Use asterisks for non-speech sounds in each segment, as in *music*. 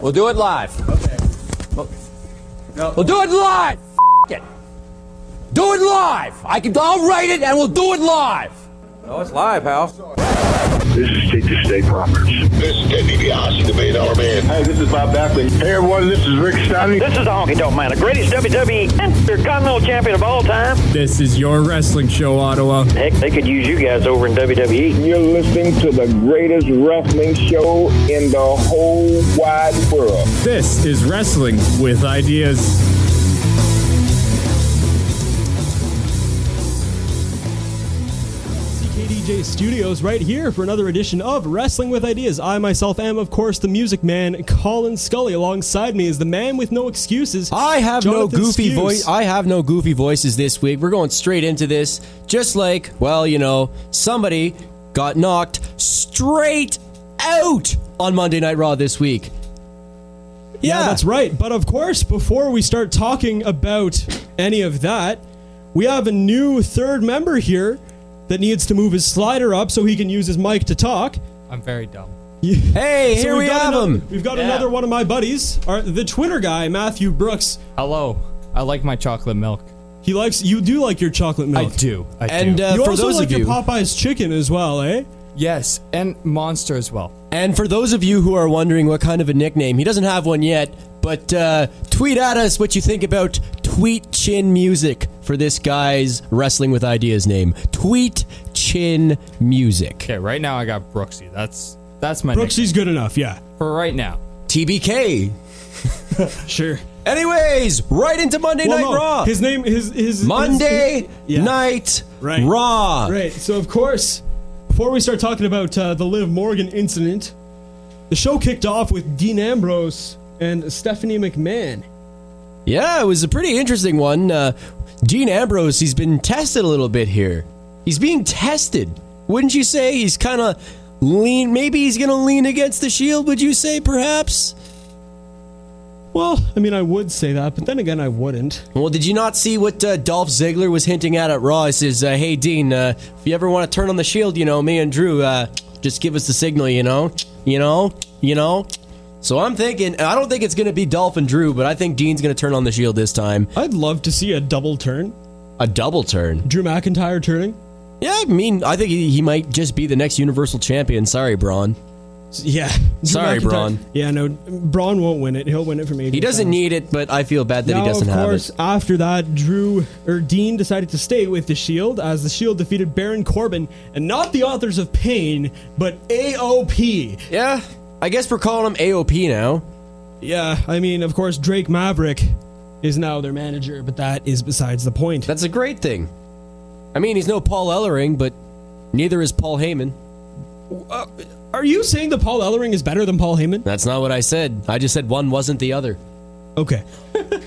We'll do it live. Okay. Well- No. We'll do it live. F- it. Do it live. I can. I'll write it, and we'll do it live. No, it's live, pal. This is State to State Roberts. This is Ted DiBiase, the million dollar man. Hey, this is Bob Backlund. Hey, everyone, this is Rick Steiny. This is the Honky Tonk Man, the greatest WWE Intercontinental Champion of all time. This is your wrestling show, Ottawa. Heck, they could use you guys over in E. WWE. You're listening to the greatest wrestling show in the whole wide world. This is Wrestling with Ideas. KDJ Studios right here for another edition of Wrestling with Ideas. I myself am, of course, the music man, Colin Scully. Alongside me is the man with no excuses. I have Jonathan no goofy Skews. voice. I have no goofy voices this week. We're going straight into this, just like well, you know, somebody got knocked straight out on Monday Night Raw this week. yeah, that's right. But of course, before we start talking about any of that, we have a new third member here that needs to move his slider up so he can use his mic to talk. I'm very dumb. Hey, So here we've we got have another, him. We've got another one of my buddies, our, the Twitter guy, Matthew Brooks. Hello. I like my chocolate milk. He likes you. Do like your chocolate milk? I do. I And do. uh, You for also those like of you, your Popeye's chicken as well, eh? yes, and monster as well. and for those of you who are wondering what kind of a nickname, he doesn't have one yet. But uh, tweet at us what you think about Tweet Chin Music for this guy's Wrestling with Ideas name. Tweet Chin Music. Okay, right now I got Brooksy. That's that's my Brooksy's good enough, yeah. nickname for right now. TBK. Sure. Anyways, right into Monday Well, Night no, Raw. His name, his his Monday his- yeah. Night Right. Raw. Right. So of course, before we start talking about uh, the Liv Morgan incident, the show kicked off with Dean Ambrose and Stephanie McMahon. Yeah, it was a pretty interesting one. Uh, Gene Ambrose, he's been tested a little bit here. He's being tested, wouldn't you say? He's kind of lean. Maybe he's going to lean against the Shield. Would you say perhaps? Well, I mean, I would say that, but then again, I wouldn't. Well, did you not see what uh, Dolph Ziggler was hinting at at Raw? He says, uh, "Hey Dean, uh, if you ever want to turn on the Shield, you know me and Drew, uh, just give us the signal, you know, you know, you know." So I'm thinking, I don't think it's going to be Dolph and Drew, but I think Dean's going to turn on the Shield this time. I'd love to see a double turn, A double turn. Drew McIntyre turning. Yeah, I mean, I think he, he might just be the next Universal Champion. Sorry, Braun. Yeah. Drew Sorry, Braun. Yeah, no, Braun won't win it. He'll win it from AJ. He doesn't Styles. need it, but I feel bad that now, he doesn't of have course, it. after that, Drew or Dean decided to stay with the Shield as the Shield defeated Baron Corbin and not the authors of Pain, but AOP. Yeah, I guess we're calling him AOP now. Yeah, I mean, of course, Drake Maverick is now their manager, but that is besides the point. That's a great thing. I mean, he's no Paul Ellering, but neither is Paul Heyman. Are you saying that Paul Ellering is better than Paul Heyman? That's not what I said. I just said one wasn't the other. *laughs* Okay.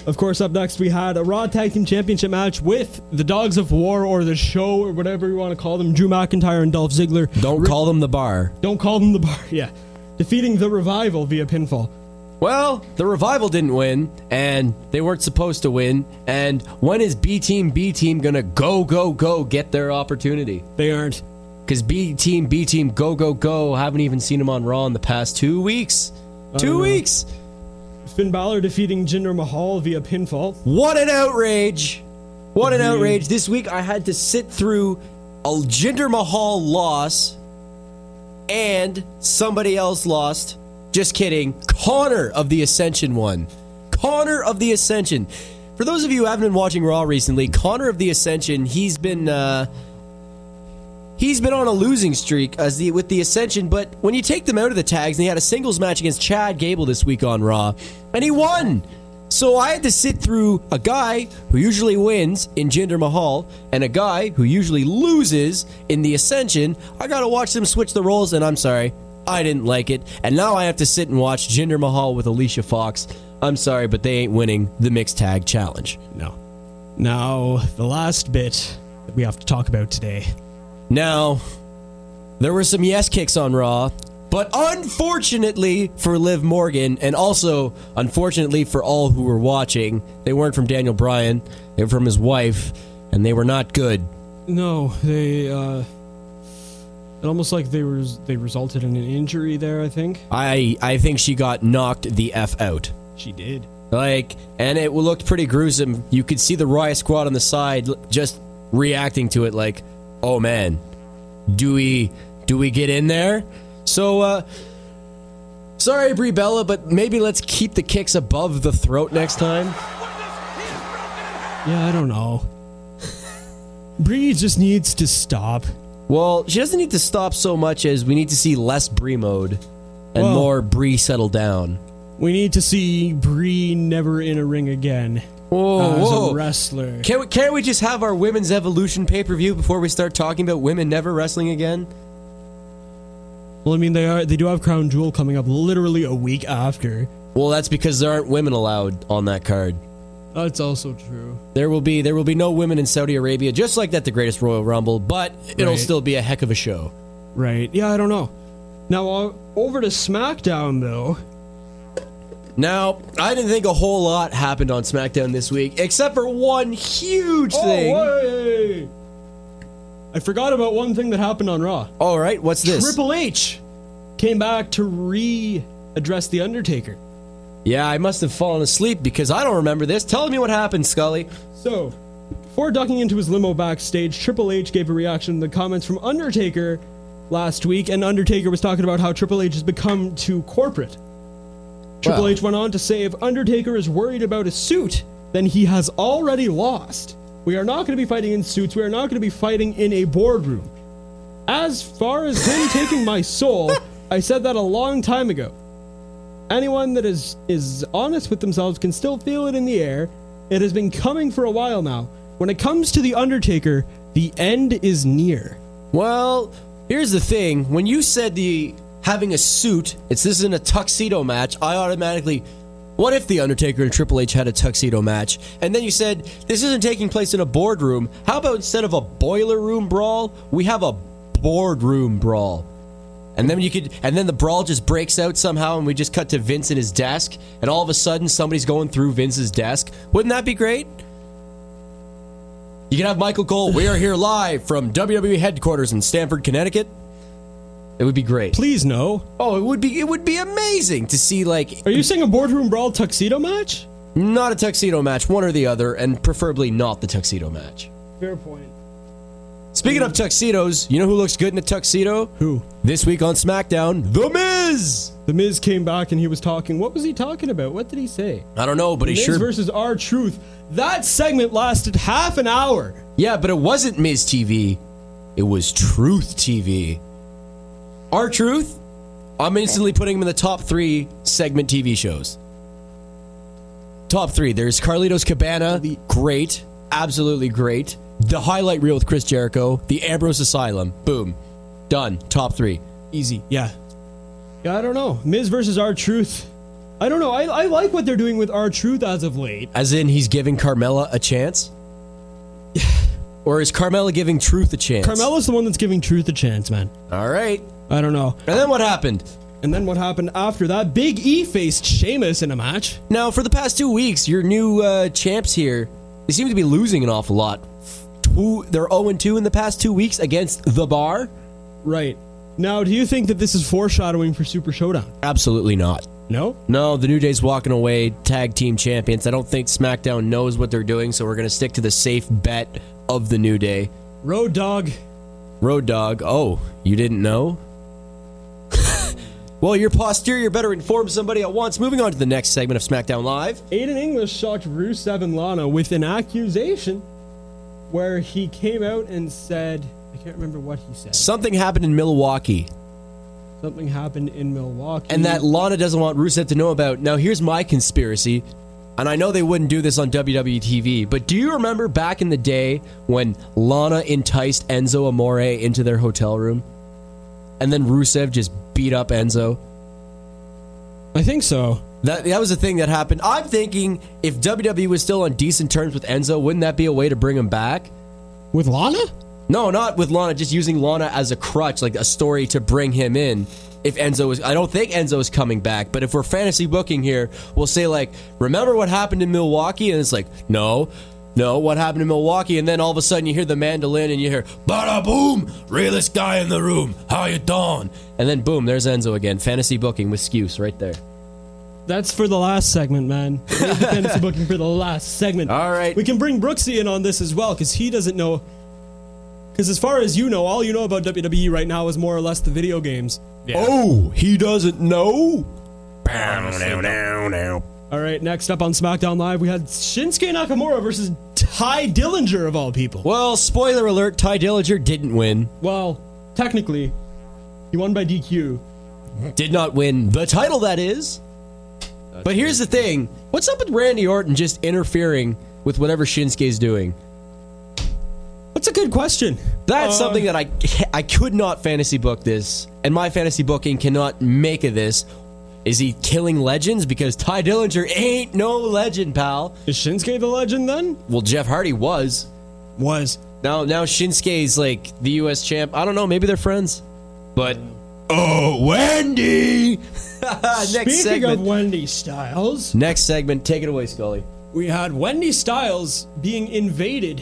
of course, up next we had a Raw Tag Team Championship match with the Dogs of War or the Show or whatever you want to call them, Drew McIntyre and Dolph Ziggler. Don't call them the bar. Don't call them the bar. *laughs* Yeah. Defeating the Revival via pinfall. Well, the revival didn't win, and they weren't supposed to win. And when is B Team B Team gonna go go go get their opportunity? They aren't. Because B Team B Team go go go haven't even seen him on Raw in the past two weeks. Two know. weeks. Finn Balor defeating Jinder Mahal via pinfall. What an outrage! What an Agreed. outrage! This week I had to sit through a Jinder Mahal loss and somebody else lost. Just kidding. Connor of the Ascension won. Connor of the Ascension. For those of you who haven't been watching Raw recently, Connor of the Ascension, he's been uh, he's been on a losing streak as the with the Ascension. But when you take them out of the tags, and he had a singles match against Chad Gable this week on Raw, and he won. So I had to sit through a guy who usually wins in Jinder Mahal and a guy who usually loses in the Ascension. I gotta watch them switch the roles, and I'm sorry, I didn't like it. And now I have to sit and watch Jinder Mahal with Alicia Fox. I'm sorry, but they ain't winning the mixed tag challenge. No. Now, the last bit that we have to talk about today. Now, there were some yes kicks on Raw, but unfortunately for Liv Morgan, and also unfortunately for all who were watching, they weren't from Daniel Bryan, they were from his wife, and they were not good. No, they, uh. It almost like they were they resulted in an injury there. I think I I think she got knocked the f out. she did. Like, and it looked pretty gruesome. You could see the riot squad on the side l- just reacting to it, like, "Oh man, do we do we get in there?" So, uh, sorry, Brie Bella, but maybe let's keep the kicks above the throat next time. Yeah, I don't *laughs* know. Bree just needs to stop. Well, she doesn't need to stop so much as we need to see less Bree mode and Well- more Bree settle down. We need to see Bree never in a ring again Whoa, as whoa! a wrestler. Can we, can't we just have our women's evolution pay per view before we start talking about women never wrestling again? Well, I mean they are they do have Crown Jewel coming up literally a week after. Well, that's because there aren't women allowed on that card. That's also true. There will be there will be no women in Saudi Arabia, just like that the Greatest Royal Rumble, but it'll Right. still be a heck of a show. Right. Yeah, I don't know. Now uh, over to SmackDown though. Now, I didn't think a whole lot happened on SmackDown this week, except for one huge Oh, thing. way! I forgot about one thing that happened on Raw. All right, what's this? Triple H came back to re-address the Undertaker. Yeah, I must have fallen asleep because I don't remember this. Tell me what happened, Scully. So, before ducking into his limo backstage, Triple H gave a reaction to the comments from Undertaker last week, and Undertaker was talking about how Triple H has become too corporate. Triple Wow. H went on to say if Undertaker is worried about his suit, then he has already lost. We are not going to be fighting in suits, we are not going to be fighting in a boardroom. As far as him *laughs* taking my soul, I said that a long time ago. Anyone that is is honest with themselves can still feel it in the air. It has been coming for a while now. When it comes to the Undertaker, the end is near. Well, here's the thing. When you said the having a suit, it's this isn't a tuxedo match, I automatically what if The Undertaker and Triple H had a tuxedo match? And then you said, this isn't taking place in a boardroom. How about instead of a boiler room brawl, we have a boardroom brawl? And then you could, and then the brawl just breaks out somehow, and we just cut to Vince at his desk, and all of a sudden somebody's going through Vince's desk. Wouldn't that be great? You can have Michael Cole. We are here live from WWE headquarters in Stamford, Connecticut. It would be great. Please no. Oh, it would be it would be amazing to see like Are you saying a boardroom brawl tuxedo match? not a tuxedo match, one or the other, and preferably not the tuxedo match. Fair point. Speaking of tuxedos, you know who looks good in a tuxedo? Who? This week on SmackDown, The Miz. The Miz came back and he was talking. What was he talking about? What did he say? I don't know, but he Miz sure versus R Truth. That segment lasted half an hour. Yeah, but it wasn't Miz TV. It was Truth TV. Our Truth? I'm instantly putting him in the top three segment TV shows. Top three. There's Carlitos Cabana. Great. Absolutely great. The highlight reel with Chris Jericho. The Ambrose Asylum. Boom. Done. Top three. Easy. Yeah. Yeah, I don't know. Miz versus R Truth. I don't know. I, I like what they're doing with R Truth as of late. As in, he's giving Carmella a chance? *sighs* or is Carmella giving Truth a chance? Carmelo's the one that's giving Truth a chance, man. All right. I don't know. And then what happened? And then what happened after that? Big E faced Sheamus in a match. Now, for the past two weeks, your new uh, champs here, they seem to be losing an awful lot. Two, they're 0 2 in the past two weeks against The Bar? Right. Now, do you think that this is foreshadowing for Super Showdown? Absolutely not. No? No, the New Day's walking away tag team champions. I don't think SmackDown knows what they're doing, so we're going to stick to the safe bet of the New Day. Road Dog. Road Dog, oh, you didn't know? *laughs* well, your posterior better inform somebody at once. Moving on to the next segment of SmackDown Live. Aiden English shocked Rusev and Lana with an accusation where he came out and said, I can't remember what he said. Something happened in Milwaukee. Something happened in Milwaukee. and that Lana doesn't want Rusev to know about. Now, here's my conspiracy, and I know they wouldn't do this on WWE TV, but do you remember back in the day when Lana enticed Enzo Amore into their hotel room? And then Rusev just beat up Enzo? I think so. That, that was the thing that happened. I'm thinking if WWE was still on decent terms with Enzo, wouldn't that be a way to bring him back? With Lana? No, not with Lana. Just using Lana as a crutch, like a story to bring him in. If Enzo is, I don't think Enzo is coming back. But if we're fantasy booking here, we'll say like, remember what happened in Milwaukee, and it's like, no, No, what happened in Milwaukee? And then all of a sudden you hear the mandolin and you hear bada boom, realest guy in the room. How you doing? And then boom, there's Enzo again. Fantasy booking with Skews right there. That's for the last segment, *laughs* man. Leave the Fantasy booking for the last segment. All right. We can bring Brooksy in on this as well because he doesn't know. Because as far as you know, all you know about WWE right now is more or less the video games. Oh, he doesn't know. All right. Next up on SmackDown Live, we had Shinsuke Nakamura versus Ty Dillinger of all people. Well, spoiler alert: Ty Dillinger didn't win. Well, technically, he won by DQ. did not win the title, that is. But here's the thing what's up with Randy Orton just interfering with whatever Shinsuke's doing? That's a good question. That's Uh, something that I *laughs* I could not fantasy book this, and my fantasy booking cannot make of this. Is he killing legends? Because Ty Dillinger ain't no legend, pal. Is Shinsuke the legend then? Well, Jeff Hardy was. Was. Now now Shinsuke's like the US champ. I don't know, maybe they're friends. But Oh Wendy *laughs* Next Speaking segment. of Wendy Styles, Next segment, take it away, Scully. we had Wendy Styles being invaded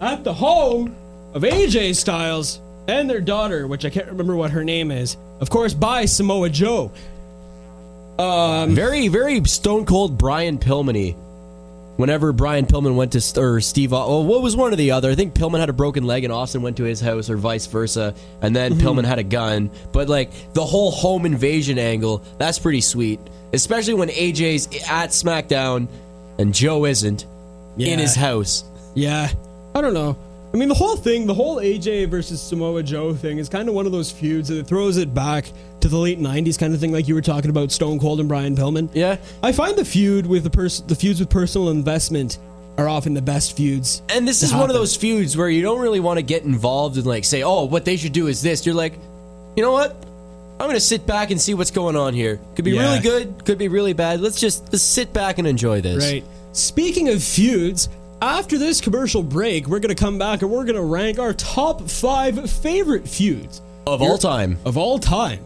at the home of AJ Styles and their daughter, which I can't remember what her name is. Of course, by Samoa Joe. Very, very stone cold Brian Pillman. Whenever Brian Pillman went to st- or Steve, Au- oh, what was one or the other? I think Pillman had a broken leg and Austin went to his house, or vice versa. And then Pillman had a gun. But like the whole home invasion angle, that's pretty sweet, especially when AJ's at SmackDown and Joe isn't in his house. Yeah. I don't know. I mean, the whole thing, the whole AJ versus Samoa Joe thing is kind of one of those feuds that throws it back to the late 90s kind of thing, like you were talking about Stone Cold and Brian Pillman. Yeah. I find the feud with the person, the feuds with personal investment are often the best feuds. And this is one of those feuds where you don't really want to get involved and like say, oh, what they should do is this. You're like, you know what? I'm gonna sit back and see what's going on here. Could be Yeah. really good, could be really bad. Let's just let's sit back and enjoy this. Right. Speaking of feuds, after this commercial break, we're going to come back and we're going to rank our top five favorite feuds Of all time. of all time.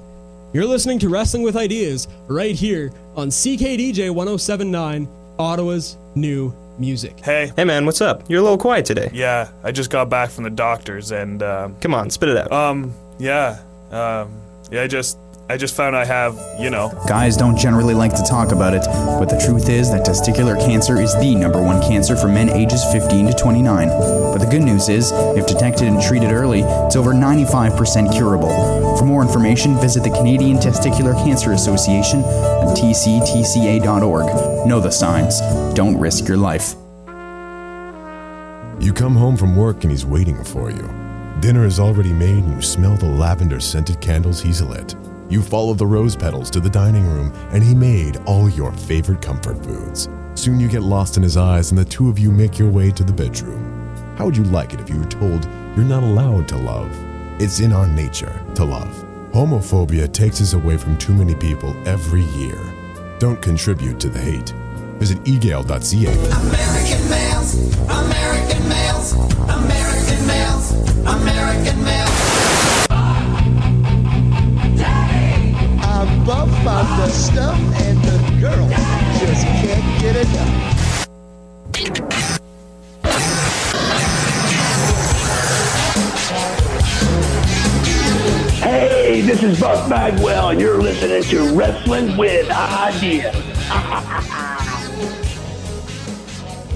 You're listening to Wrestling with Ideas right here on CKDJ 1079, Ottawa's new music. Hey, Hey man, what's up? You're a little quiet today. yeah, I just got back from the doctor's, and um, Come on, spit it out. um, yeah, um, yeah, I just, I just found I have, you know, Guys don't generally like to talk about it, but the truth is that testicular cancer is the number one cancer for men ages 15 to 29. But the good news is, if detected and treated early, it's over 95% curable. For more information, visit the Canadian Testicular Cancer Association at tctca.org. Know the signs. Don't risk your life. You come home from work and he's waiting for you. Dinner is already made and you smell the lavender scented candles he's lit. You follow the rose petals to the dining room and he made all your favorite comfort foods. Soon you get lost in his eyes and the two of you make your way to the bedroom. How would you like it if you were told you're not allowed to love? It's in our nature to love. Homophobia takes us away from too many people every year. Don't contribute to the hate. Visit egale.ca. American males, American males, American males, American males. I love my the stuff and the girls just can't get enough. Hey, this is Buck Bagwell, and you're listening to Wrestling with Ideas.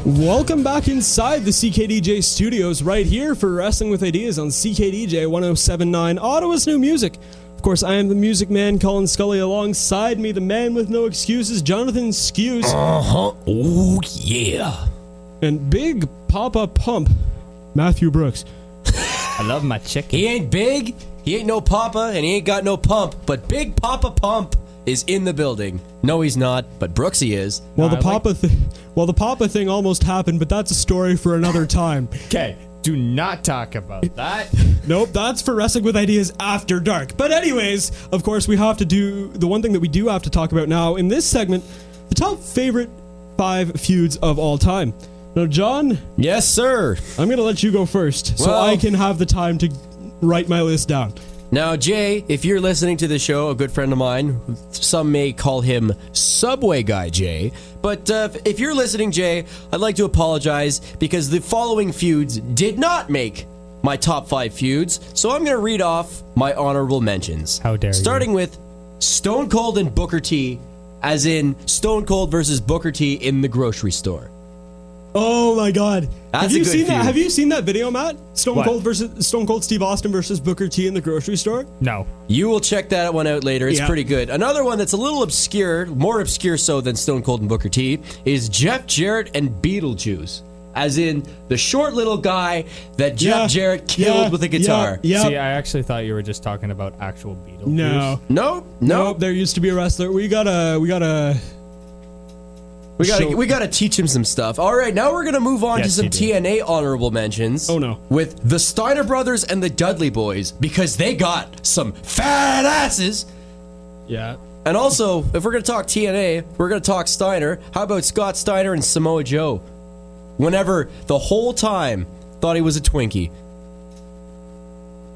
Welcome back inside the CKDJ studios right here for Wrestling with Ideas on CKDJ 1079, Ottawa's new music. Of course, I am the music man, Colin Scully. Alongside me, the man with no excuses, Jonathan Skews. Uh-huh. Oh yeah. and big Papa Pump, Matthew Brooks. I love my chicken. He ain't big, he ain't no papa, and he ain't got no pump, but Big Papa Pump is in the building. No, he's not, but Brooksy is. Well, the I like- Papa, thi- well, the Papa thing almost happened, but that's a story for another time. Okay, do not talk about that. nope, that's for wrestling with ideas after dark. But anyways, of course, we have to do the one thing that we do have to talk about now in this segment: the top favorite five feuds of all time. Now, John, Yes, sir. I'm gonna let you go first, so Well- I can have the time to write my list down. Now, Jay, if you're listening to the show, a good friend of mine, some may call him Subway Guy Jay, but uh, if you're listening, Jay, I'd like to apologize because the following feuds did not make my top five feuds, so I'm going to read off my honorable mentions. How dare Starting with Stone Cold and Booker T, as in Stone Cold versus Booker T in the grocery store. Oh my God! That's have you a good seen that? feud. Have you seen that video, Matt? Stone What? Cold versus Stone Cold Steve Austin versus Booker T in the grocery store. No. You will check that one out later. It's Yeah. pretty good. Another one that's a little obscure, more obscure so than Stone Cold and Booker T, is Jeff Jarrett and Beetlejuice. As in the short little guy that Jeff Yeah. Jarrett killed with a guitar. See, I actually thought you were just talking about actual Beatles. No. Nope. Nope. There used to be a wrestler. We gotta. We gotta. We gotta Show- we gotta teach him some stuff. All right, now we're gonna move on to Yes, some you do. TNA honorable mentions. Oh no, with the Steiner brothers and the Dudley boys because they got some fat asses. Yeah. And also, if we're gonna talk TNA, we're gonna talk Steiner. How about Scott Steiner and Samoa Joe? Whenever the whole time thought he was a Twinkie.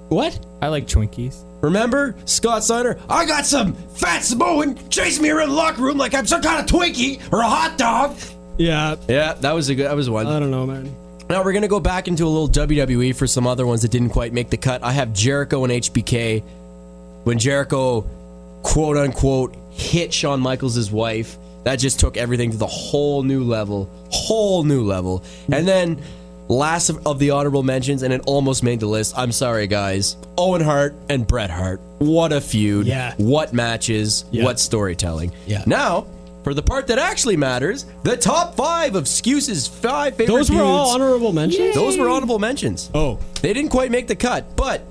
What? I like Twinkies. Remember Scott Steiner? I got some fat Samoan chasing me around the locker room like I'm some kind of Twinkie or a hot dog. Yeah. Yeah, that was a good. That was one. I don't know, man. Now we're gonna go back into a little WWE for some other ones that didn't quite make the cut. I have Jericho and HBK. When Jericho, quote unquote, hit Shawn Michaels' wife, that just took everything to the whole new level, whole new level. And then last of, of the honorable mentions, and it almost made the list. I'm sorry, guys. Owen Hart and Bret Hart. What a feud. Yeah. What matches. What storytelling. Yeah. Now. For the part that actually matters, the top five of Scuse's five favorite Those were all feuds. honorable mentions? Those were Yay. honorable mentions. Oh. They didn't quite make the cut, but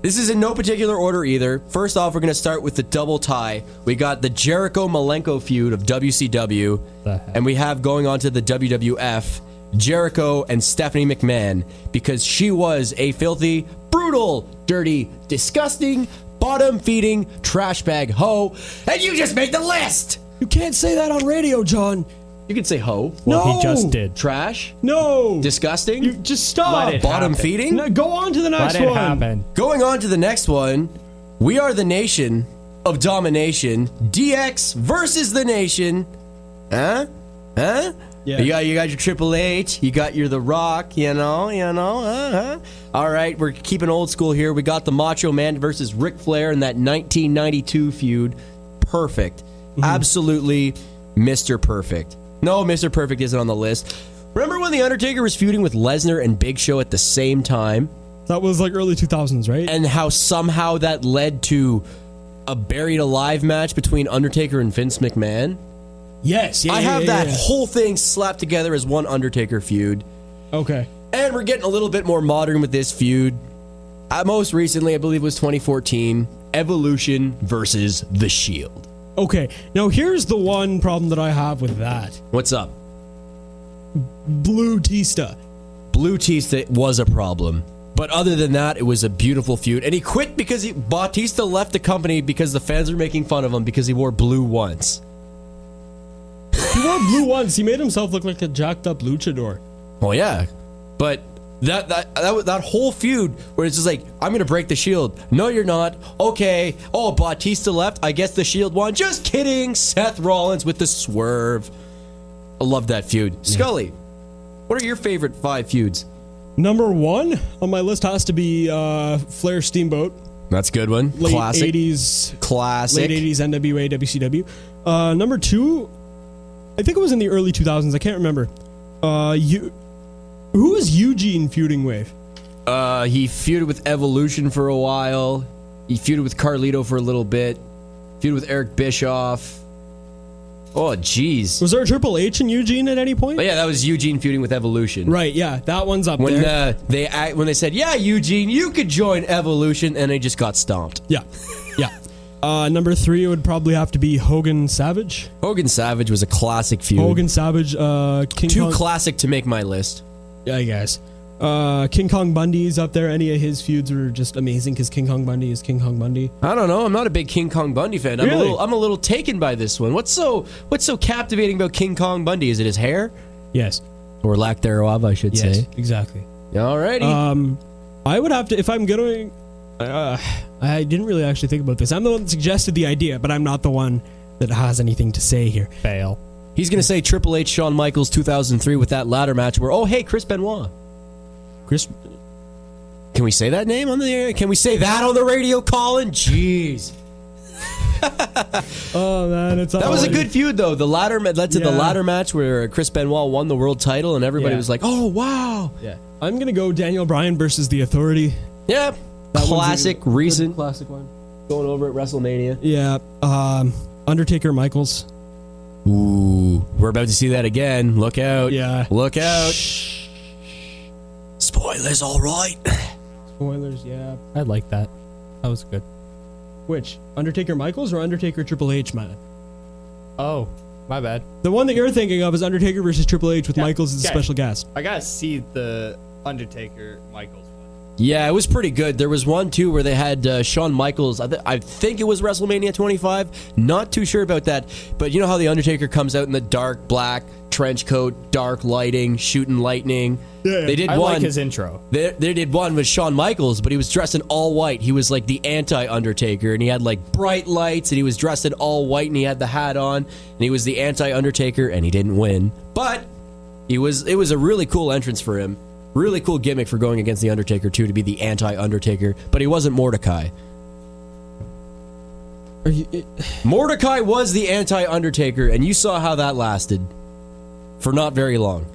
this is in no particular order either. First off, we're going to start with the double tie. We got the Jericho Malenko feud of WCW, and we have going on to the WWF Jericho and Stephanie McMahon because she was a filthy, brutal, dirty, disgusting, bottom feeding trash bag hoe, and you just made the list. You can't say that on radio, John. You can say hoe. Well, he No! Oh, just did. Trash. No. Disgusting. You just stop. Let it Bottom happen. feeding. No, go on to the next Let it one. happen. Going on to the next one. We are the nation of domination. DX versus the nation. Huh? Huh? Yeah. You got you got your Triple H. You got your The Rock. You know. You know. Uh huh. All right, we're keeping old school here. We got the Macho Man versus Ric Flair in that 1992 feud. Perfect. Absolutely, Mr. Perfect. No, Mr. Perfect isn't on the list. Remember when The Undertaker was feuding with Lesnar and Big Show at the same time? That was like early 2000s, right? And how somehow that led to a buried alive match between Undertaker and Vince McMahon? Yes. I have that whole thing slapped together as one Undertaker feud. Okay. And we're getting a little bit more modern with this feud. Uh, most recently, I believe, was 2014 Evolution versus The Shield. Okay. Now here's the one problem that I have with that. What's up? Blue Tista. Blue Tista was a problem. But other than that, it was a beautiful feud. And he quit because he, Bautista left the company because the fans were making fun of him because he wore blue once. He wore blue once. He made himself look like a jacked up luchador. Well, yeah, but that that that wa- that whole feud where it's just like I'm gonna break the shield. No, you're not. Okay. Oh, Bautista left. I guess the shield won. Just kidding. Seth Rollins with the swerve. I love that feud. Scully, what are your favorite five feuds? Number one on my list has to be uh, Flair Steamboat. That's a good one. Late Classic. 80s. Classic. Late 80s NWA, WCW. Uh, number two, I think it was in the early 2000s. I can't remember. Uh, you, who was Eugene feuding with? Uh, he feuded with Evolution for a while. He feuded with Carlito for a little bit. Feuded with Eric Bischoff. Oh, jeez. Was there a Triple H in Eugene at any point? But yeah, that was Eugene feuding with Evolution. Right, yeah, that one's up when there. uh, they act, when they said, "Yeah, Eugene, you could join Evolution," and they just got stomped. Yeah, yeah. *laughs* Uh, number three would probably have to be Hogan Savage. Hogan Savage was a classic feud, Hogan Savage, uh, King too Kong. classic to make my list. Yeah, I guess. Uh, King Kong Bundy's up there. Any of his feuds are just amazing because King Kong Bundy is King Kong Bundy. I don't know. I'm not a big King Kong Bundy fan. I'm a Really? little, I'm a little taken by this one. What's so What's so captivating about King Kong Bundy? Is it his hair Yes. or lack thereof? I should Yes, Uh, say. exactly. Alrighty. Um, I would have to if I'm going. Uh, I didn't really actually think about this. I'm the one that suggested the idea, but I'm not the one that has anything to say here. Fail. He's going to say Triple H Shawn Michaels 2003 with that ladder match where, oh, hey, Chris Benoit. Chris. Can we say that name on the air? Can we say that on the radio, Colin? Jeez. oh, man. It's That all was a you- good feud, though. The ladder ma- led to the Yeah. ladder match where Chris Benoit won the world title, and everybody Yeah. was like, oh, wow. Yeah. I'm going to go Daniel Bryan versus The Authority. Yeah. one's a classic, good- recent. Classic one. Going over at WrestleMania. Yeah. Um, Undertaker Michaels. Ooh, we're about to see that again. Look out. Yeah. Look out. Spoilers, all right. *laughs* Spoilers, yeah. I like that. That was good. Which? Undertaker Michaels or Undertaker Triple H, man? Oh, my bad. The one that you're thinking of is Undertaker versus Triple H with Michaels as a okay. special guest. I gotta see the Undertaker Michaels. Yeah, it was pretty good. There was one too where they had uh, Shawn Michaels. I, th- I think it was WrestleMania 25. Not too sure about that, but you know how the Undertaker comes out in the dark black trench coat, dark lighting, shooting lightning. Yeah, they did I one. like his intro. They, they did one with Shawn Michaels, but he was dressed in all white. He was like the anti Undertaker, and he had like bright lights, and he was dressed in all white, and he had the hat on, and he was the anti Undertaker, and he didn't win. But he was it was a really cool entrance for him. Really cool gimmick for going against the Undertaker too, to be the anti Undertaker. But he wasn't Mordecai. Are you, it, Mordecai was the anti Undertaker, and you saw how that lasted for not very long.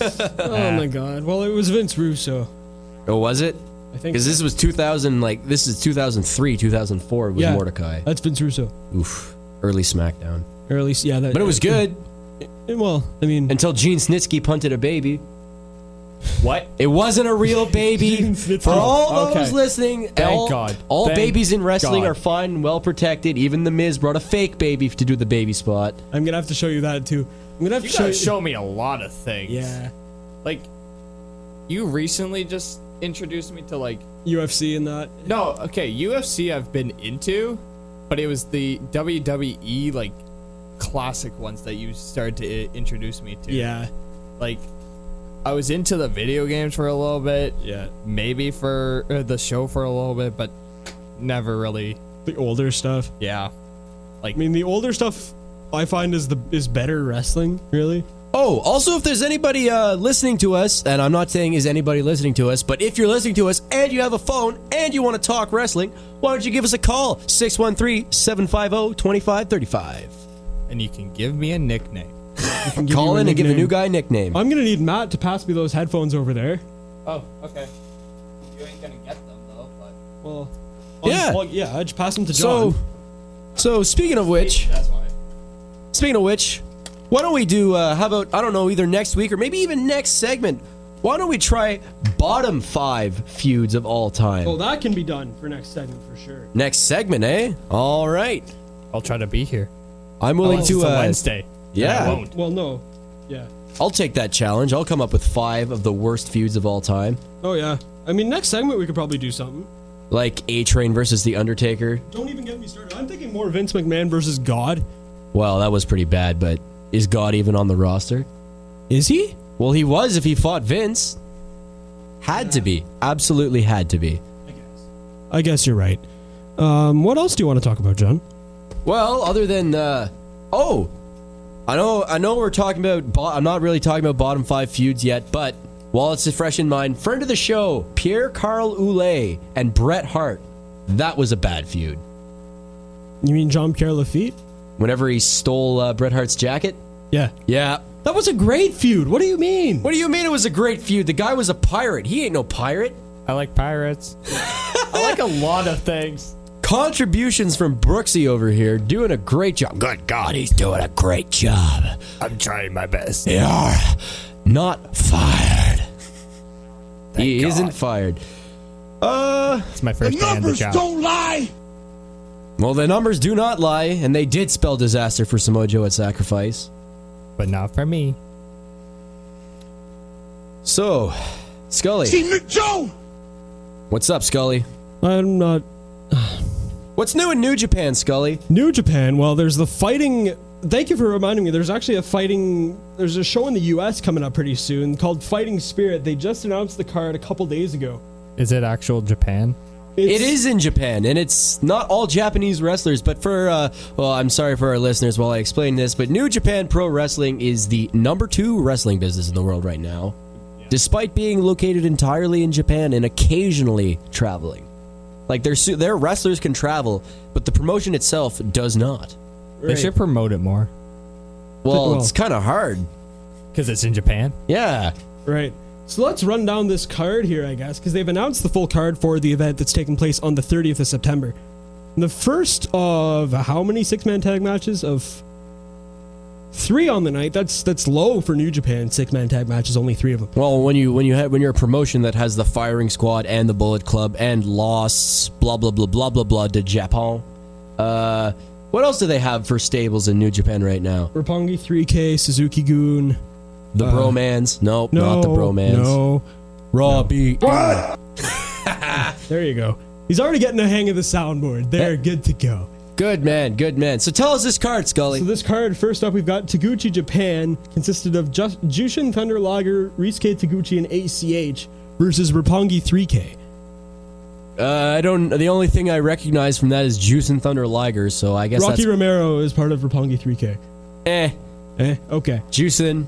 oh, my God. Well, it was Vince Russo. *laughs* Oh, was it? I think Because this was 2000, like this is 2003, 2004 was Yeah. Mordecai. That's Vince Russo. Oof. Early SmackDown. Or at least, yeah. That, eh, But it was good. well, I mean, Until Gene Snitsky punted a baby. What? It wasn't a *laughs* real baby. Gene Snitsky. For all those Okay. listening, Thank all, God. all Thank babies in wrestling God. are fine and well protected. Even The Miz brought a fake baby to do the baby spot. I'm going to have to show you that, too. I'm going to have You to show gotta you. show me a lot of things. *laughs* yeah. Like, you recently just introduced me to like UFC and that. No, okay, UFC I've been into, but it was the WWE like classic ones that you started to i- introduce me to. Yeah. Like I was into the video games for a little bit, Yeah. maybe for uh, the show for a little bit, but never really. The older stuff. Yeah. I mean, the older stuff I find is the is better wrestling, really. Oh, also, if there's anybody uh, listening to us, and I'm not saying is anybody listening to us, but if you're listening to us and you have a phone and you want to talk wrestling, why don't you give us a call? 613 750 2535. And you can give me a nickname. Call you a in and give the nickname. new guy a nickname. Uh, I'm gonna need Matt to pass me those headphones over there. Oh, okay. You ain't gonna get them though, but Well, um, Yeah. well, yeah. I just pass them to John. So, so speaking of which, that's why. speaking of which, why don't we do? Uh, how about I don't know, either next week or maybe even next segment. Why don't we try bottom five feuds of all time? well, that can be done for next segment for sure. next segment, eh? All right, I'll try to be here. I'm willing Unless to. Oh, it's a uh, Wednesday. Yeah, I won't. Well, no. Yeah. I'll take that challenge. I'll come up with five of the worst feuds of all time, Oh yeah. I mean, next segment we could probably do something. like A Train versus The Undertaker. Don't even get me started. I'm thinking more Vince McMahon versus God. Well, that was pretty bad, but is God even on the roster? Is he? Well, he was if he fought Vince. Had to be. Absolutely had to be. I guess you're right. Um, what else do you want to talk about, John? Well, other than uh, oh, I know I know we're talking about. Bo- I'm not really talking about bottom five feuds yet, but while it's fresh in mind, friend of the show Pierre Carl Oulet and Bret Hart. That was a bad feud. You mean Jean Pierre Lafitte? Whenever he stole uh, Bret Hart's jacket. Yeah. Yeah. That was a great feud. What do you mean? What do you mean it was a great feud? The guy was a pirate. He ain't no pirate. I like pirates. I like a lot of things. Contributions from Brooksy over here doing a great job. Good God, he's doing a great job. I'm trying my best. They are not fired. he isn't fired. Uh, It's my first day on the Numbers job. don't lie. well, the numbers do not lie, and they did spell disaster for Samoa Joe at Sacrifice. But not for me. So, Scully, See, Mick Joe. what's up, Scully? I'm not What's new in New Japan, Scully? New Japan. Well, there's the fighting. Thank you for reminding me. There's actually a fighting. There's a show in the U.S. coming up pretty soon called Fighting Spirit. They just announced the card a couple days ago. Is it actual Japan? It is in Japan, and it's not all Japanese wrestlers. But for uh, well, I'm sorry for our listeners while I explain this, but New Japan Pro Wrestling is the number two wrestling business in the world right now, despite being located entirely in Japan and occasionally traveling. Like their su- their wrestlers can travel, but the promotion itself does not. They should promote it more. Well, it's kind of hard because it's in Japan. Yeah. Right. So let's run down this card here, I guess, because they've announced the full card for the event that's taking place on the 30th of September. The first of how many six-man tag matches? Of three on the night. That's that's low for New Japan. Six-man tag matches, only three of them. Well, when you when you have, when you're a promotion that has the firing squad and the Bullet Club and loss, blah blah blah blah blah blah to Japan. Uh, what else do they have for stables in New Japan right now? Roppongi 3K, Suzuki Goon. The Bromans? Nope, Uh, no, not the Bromans. No. Raw beat. there you go. He's already getting the hang of the soundboard. They're good to go. Good man, good man. So tell us this card, Scully. So this card, first up, we've got Taguchi Japan, consisted of Just, Jushin Thunder Liger, Risuke Taguchi, and ACH versus Roppongi 3K. Uh, I don't. The only thing I recognize from that is Juice and Thunder Liger. So I guess Rocky that's Romero is part of Roppongi 3K. eh. Eh. Okay. Juicin.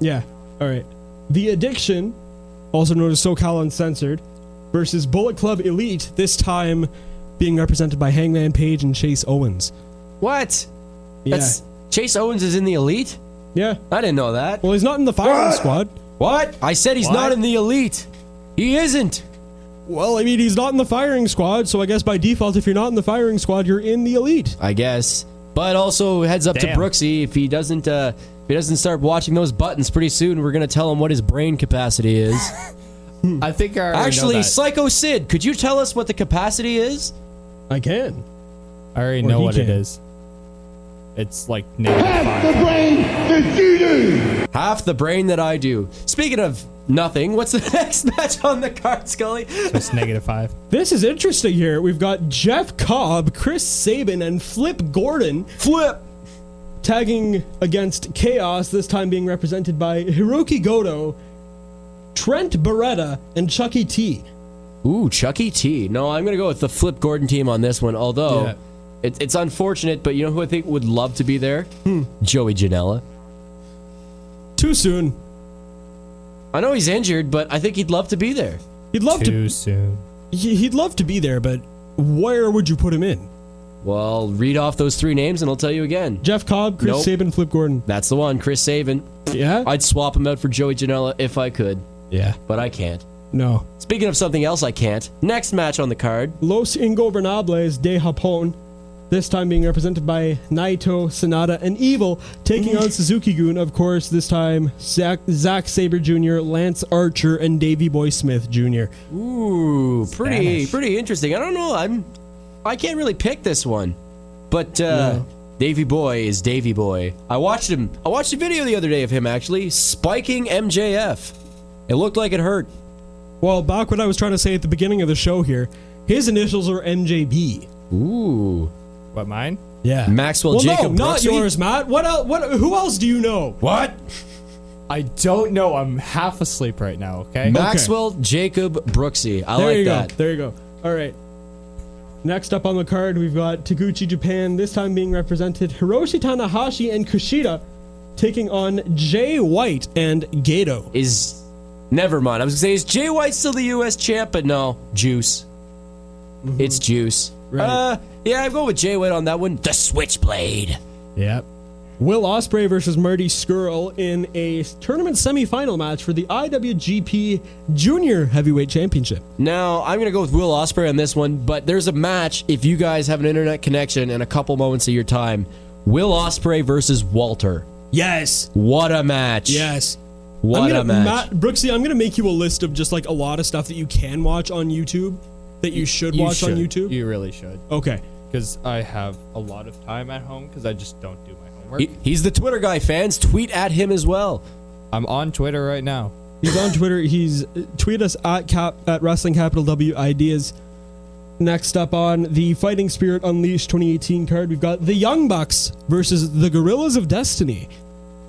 Yeah. All right. The Addiction, also known as SoCal Uncensored, versus Bullet Club Elite, this time being represented by Hangman Page and Chase Owens. What? Yeah. That's Chase Owens is in the elite. Yeah. I didn't know that. Well, he's not in the firing squad. What? I said he's not in the elite. He isn't. Well, I mean, he's not in the firing squad, so I guess by default, if you're not in the firing squad, you're in the elite. I guess. But also heads up Damn. to Brooksy if he doesn't uh, if he doesn't start watching those buttons pretty soon, we're gonna tell him what his brain capacity is. I think I already know Actually, that. Psycho Sid, could you tell us what the capacity is? I can. I already Or know he what it can. is. It's like negative *laughs* five. Half the brain that I do. Speaking of nothing, what's the *laughs* next match on the card, Scully? It's negative five. This is interesting here. We've got Jeff Cobb, Chris Sabin, and Flip Gordon. Flip! Tagging against Chaos, this time being represented by Hiroki Goto, Trent Beretta, and Chucky T. Ooh, Chucky T. No, I'm gonna go with the Flip Gordon team on this one. Although Yeah. it, it's unfortunate, but you know who I think would love to be there? Joey Janela. Too soon. I know he's injured, but I think he'd love to be there. He'd love Too soon. to. he- He'd love to be there, but where would you put him in? Well, read off those three names and I'll tell you again. Jeff Cobb, Chris Nope. Sabin, Flip Gordon. That's the one, Chris Saban. Yeah? I'd swap him out for Joey Janela if I could. Yeah. But I can't. No. Speaking of something else I can't, next match on the card. Los Ingobernables de Japón, this time being represented by Naito, Sonata, and Evil, taking on Suzuki Goon, of course, this time Zack, Zack Sabre Jr., Lance Archer, and Davey Boy Smith Jr. Ooh, pretty pretty interesting. I don't know. I'm I can't really pick this one. But uh Davy Boy is Davy Boy. I watched him. I watched a video the other day of him actually spiking MJF. It looked like it hurt. Well, back what I was trying to say at the beginning of the show here, his initials are MJB. Ooh. What mine? Yeah. Maxwell Jacob no, not Brooksby? yours, Matt. What else? What? Who else do you know? What? I don't know. I'm half asleep right now. Okay. Maxwell Jacob Brooksy. I there like you that. go. There you go. All right. Next up on the card, we've got Taguchi Japan, this time being represented Hiroshi Tanahashi and Kushida, taking on Jay White and Gato. Is never mind. I was gonna say is Jay White still the US champ, but no, juice. It's juice. Mm-hmm. Right. Uh yeah, I'm going with Jay White on that one. The switchblade. Yep. Will Osprey versus Marty Skrull in a tournament semifinal match for the IWGP Junior Heavyweight Championship. Now, I'm going to go with Will Osprey on this one, but there's a match if you guys have an internet connection and a couple moments of your time. Will Osprey versus Walter. Yes. What a match. Yes. What I'm gonna, a match. Matt Brooksy, I'm going to make you a list of just like a lot of stuff that you can watch on YouTube that you should watch on YouTube. You really should. Okay. Because I have a lot of time at home because I just don't do my homework. He- he's the Twitter guy, fans. Tweet at him as well. I'm on Twitter right now. He's on Twitter. He's uh, tweet us at cap at wrestling capital W ideas. Next up on the Fighting Spirit Unleashed 2018 card, we've got the Young Bucks versus the Gorillas of Destiny.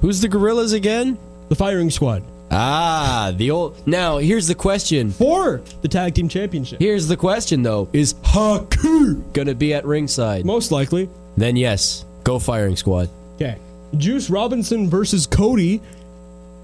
Who's the Gorillas again? The Firing Squad. Ah, the old. Now, here's the question. For the tag team championship. Here's the question, though. Is Haku going to be at ringside? Most likely. Then, yes. Go firing squad. Okay. Juice Robinson versus Cody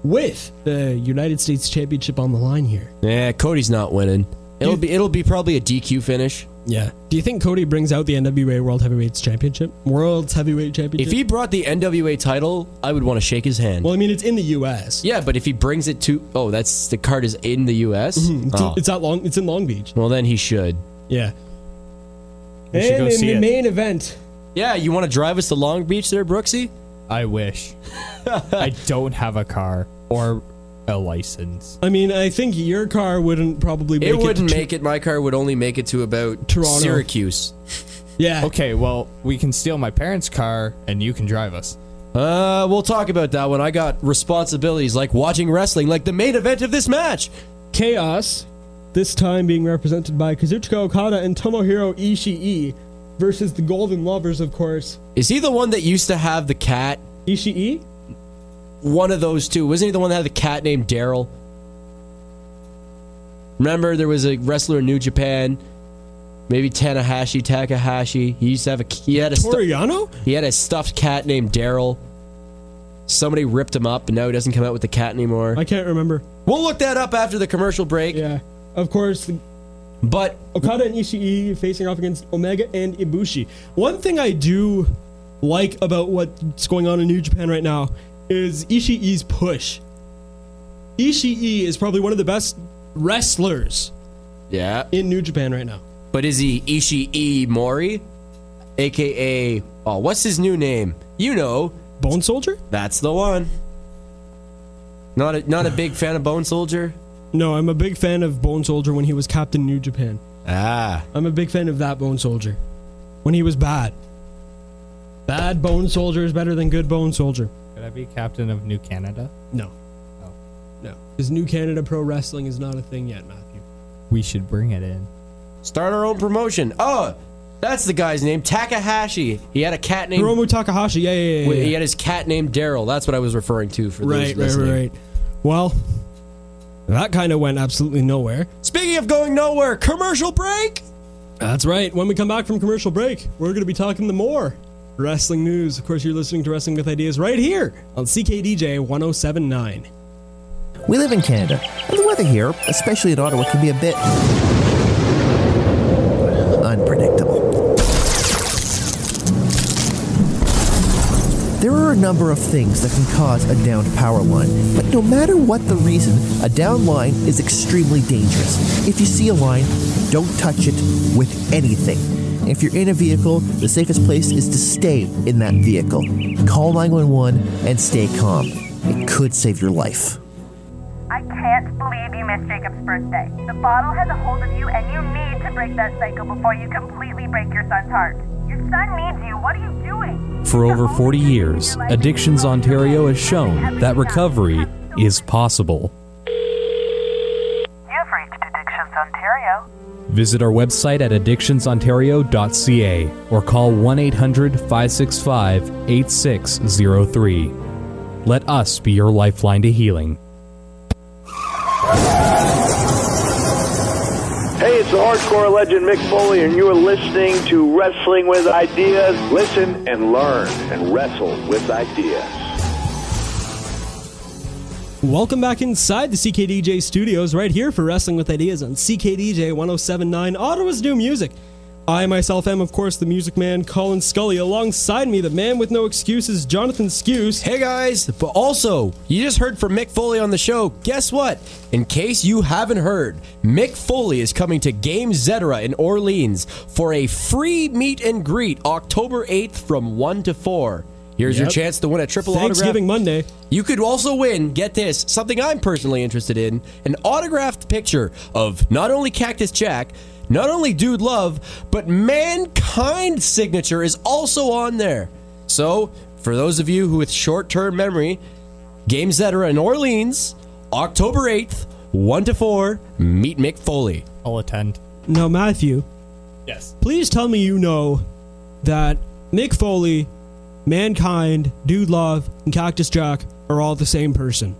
with the United States Championship on the line here. Yeah, Eh, Cody's not winning. It'll be it'll be probably a DQ finish. Yeah. Do you think Cody brings out the NWA World Heavyweights Championship? World's Heavyweight Championship? If he brought the NWA title, I would want to shake his hand. Well, I mean, it's in the U.S. Yeah, but if he brings it to oh, that's the card is in the U.S. Mhm. It's, Oh. it's out long. It's in Long Beach. Well, then he should. Yeah. We should go and in see the it. main event, Yeah, you want to drive us to Long Beach there, Brooksy? I wish. I don't have a car or a license. I mean, I think your car wouldn't probably make It it. wouldn't to- make it. My car would only make it to about Toronto. Syracuse. Yeah. Okay, well, we can steal my parents' car and you can drive us. Uh, we'll talk about that when I got responsibilities like watching wrestling, like the main event of this match. Chaos, this time being represented by Kazuchika Okada and Tomohiro Ishii versus the Golden Lovers, of course. Is he the one that used to have the cat? Ishii? One of those two. Wasn't he the one that had the cat named Daryl? Remember, there was a wrestler in New Japan, maybe Tanahashi, Takahashi. He used to have a he had a stu- Toriano? he had a stuffed cat named Daryl. Somebody ripped him up, and now he doesn't come out with the cat anymore. I can't remember. We'll look that up after the commercial break. Yeah. Of course, the- But Okada and Ishii facing off against Omega and Ibushi. One thing I do like about what's going on in New Japan right now is Ishii's push. Ishii is probably one of the best wrestlers yeah, in New Japan right now. but is he Ishii Mori, aka oh, what's his new name? You know, Bone Soldier? that's the one. Not a, not a big fan of Bone Soldier. No, I'm a big fan of Bone Soldier when he was Captain New Japan. Ah, I'm a big fan of that Bone Soldier. When he was bad. Bad Bone Soldier is better than good Bone Soldier. Could I be captain of New Canada? No. Oh, No. Because New Canada Pro Wrestling is not a thing yet, Matthew. We should bring it in. start our own promotion. Oh, that's the guy's name, Takahashi. He had a cat named. Hiromu Takahashi, yeah, yeah, yeah. yeah, He yeah. had his cat named Daryl. That's what I was referring to for those Right, right, listening. right, right. Well, that kind of went absolutely nowhere. Speaking of going nowhere, commercial break. That's right. When we come back from commercial break, we're going to be talking the more wrestling news. Of course, you're listening to Wrestling with Ideas right here on CKDJ 1079. We live in Canada, and the weather here, especially in Ottawa, can be a bit unpredictable. There are a number of things that can cause a downed power line, but no matter what the reason, a downed line is extremely dangerous. If you see a line, don't touch it with anything. If you're in a vehicle, the safest place is to stay in that vehicle. Call 911 and stay calm. It could save your life. I can't believe you missed Jacob's birthday. The bottle has a hold of you, and you need to break that cycle before you completely break your son's heart. Your son needs you. What are you doing? For over 40 years, Addictions Ontario has shown that recovery is possible. You've reached Addictions Ontario. Visit our website at addictionsontario.ca or call 1 800 565 8603. Let us be your lifeline to healing. Hey, it's the hardcore legend Mick Foley, and you're listening to Wrestling with Ideas. Listen and learn and wrestle with ideas. Welcome back inside the CKDJ studios, right here for Wrestling with Ideas on CKDJ 1079, Ottawa's new music. I myself am, of course, the music man, Colin Scully. Alongside me, the man with no excuses, Jonathan Skews. Hey guys, but also, you just heard from Mick Foley on the show. Guess what? In case you haven't heard, Mick Foley is coming to Game Zetera in Orleans for a free meet and greet October 8th from 1 to 4. Here's your Yep. chance to win a triple Thanksgiving autograph. Monday. You could also win, get this, something I'm personally interested in an autographed picture of not only Cactus Jack, not only Dude Love, but Mankind's signature is also on there. So, for those of you who with short term memory, games that are in Orleans, October 8th, 1 to 4, meet Mick Foley. I'll attend. Now, Matthew, Yes. please tell me you know that Mick Foley, Mankind, Dude Love, and Cactus Jack are all the same person.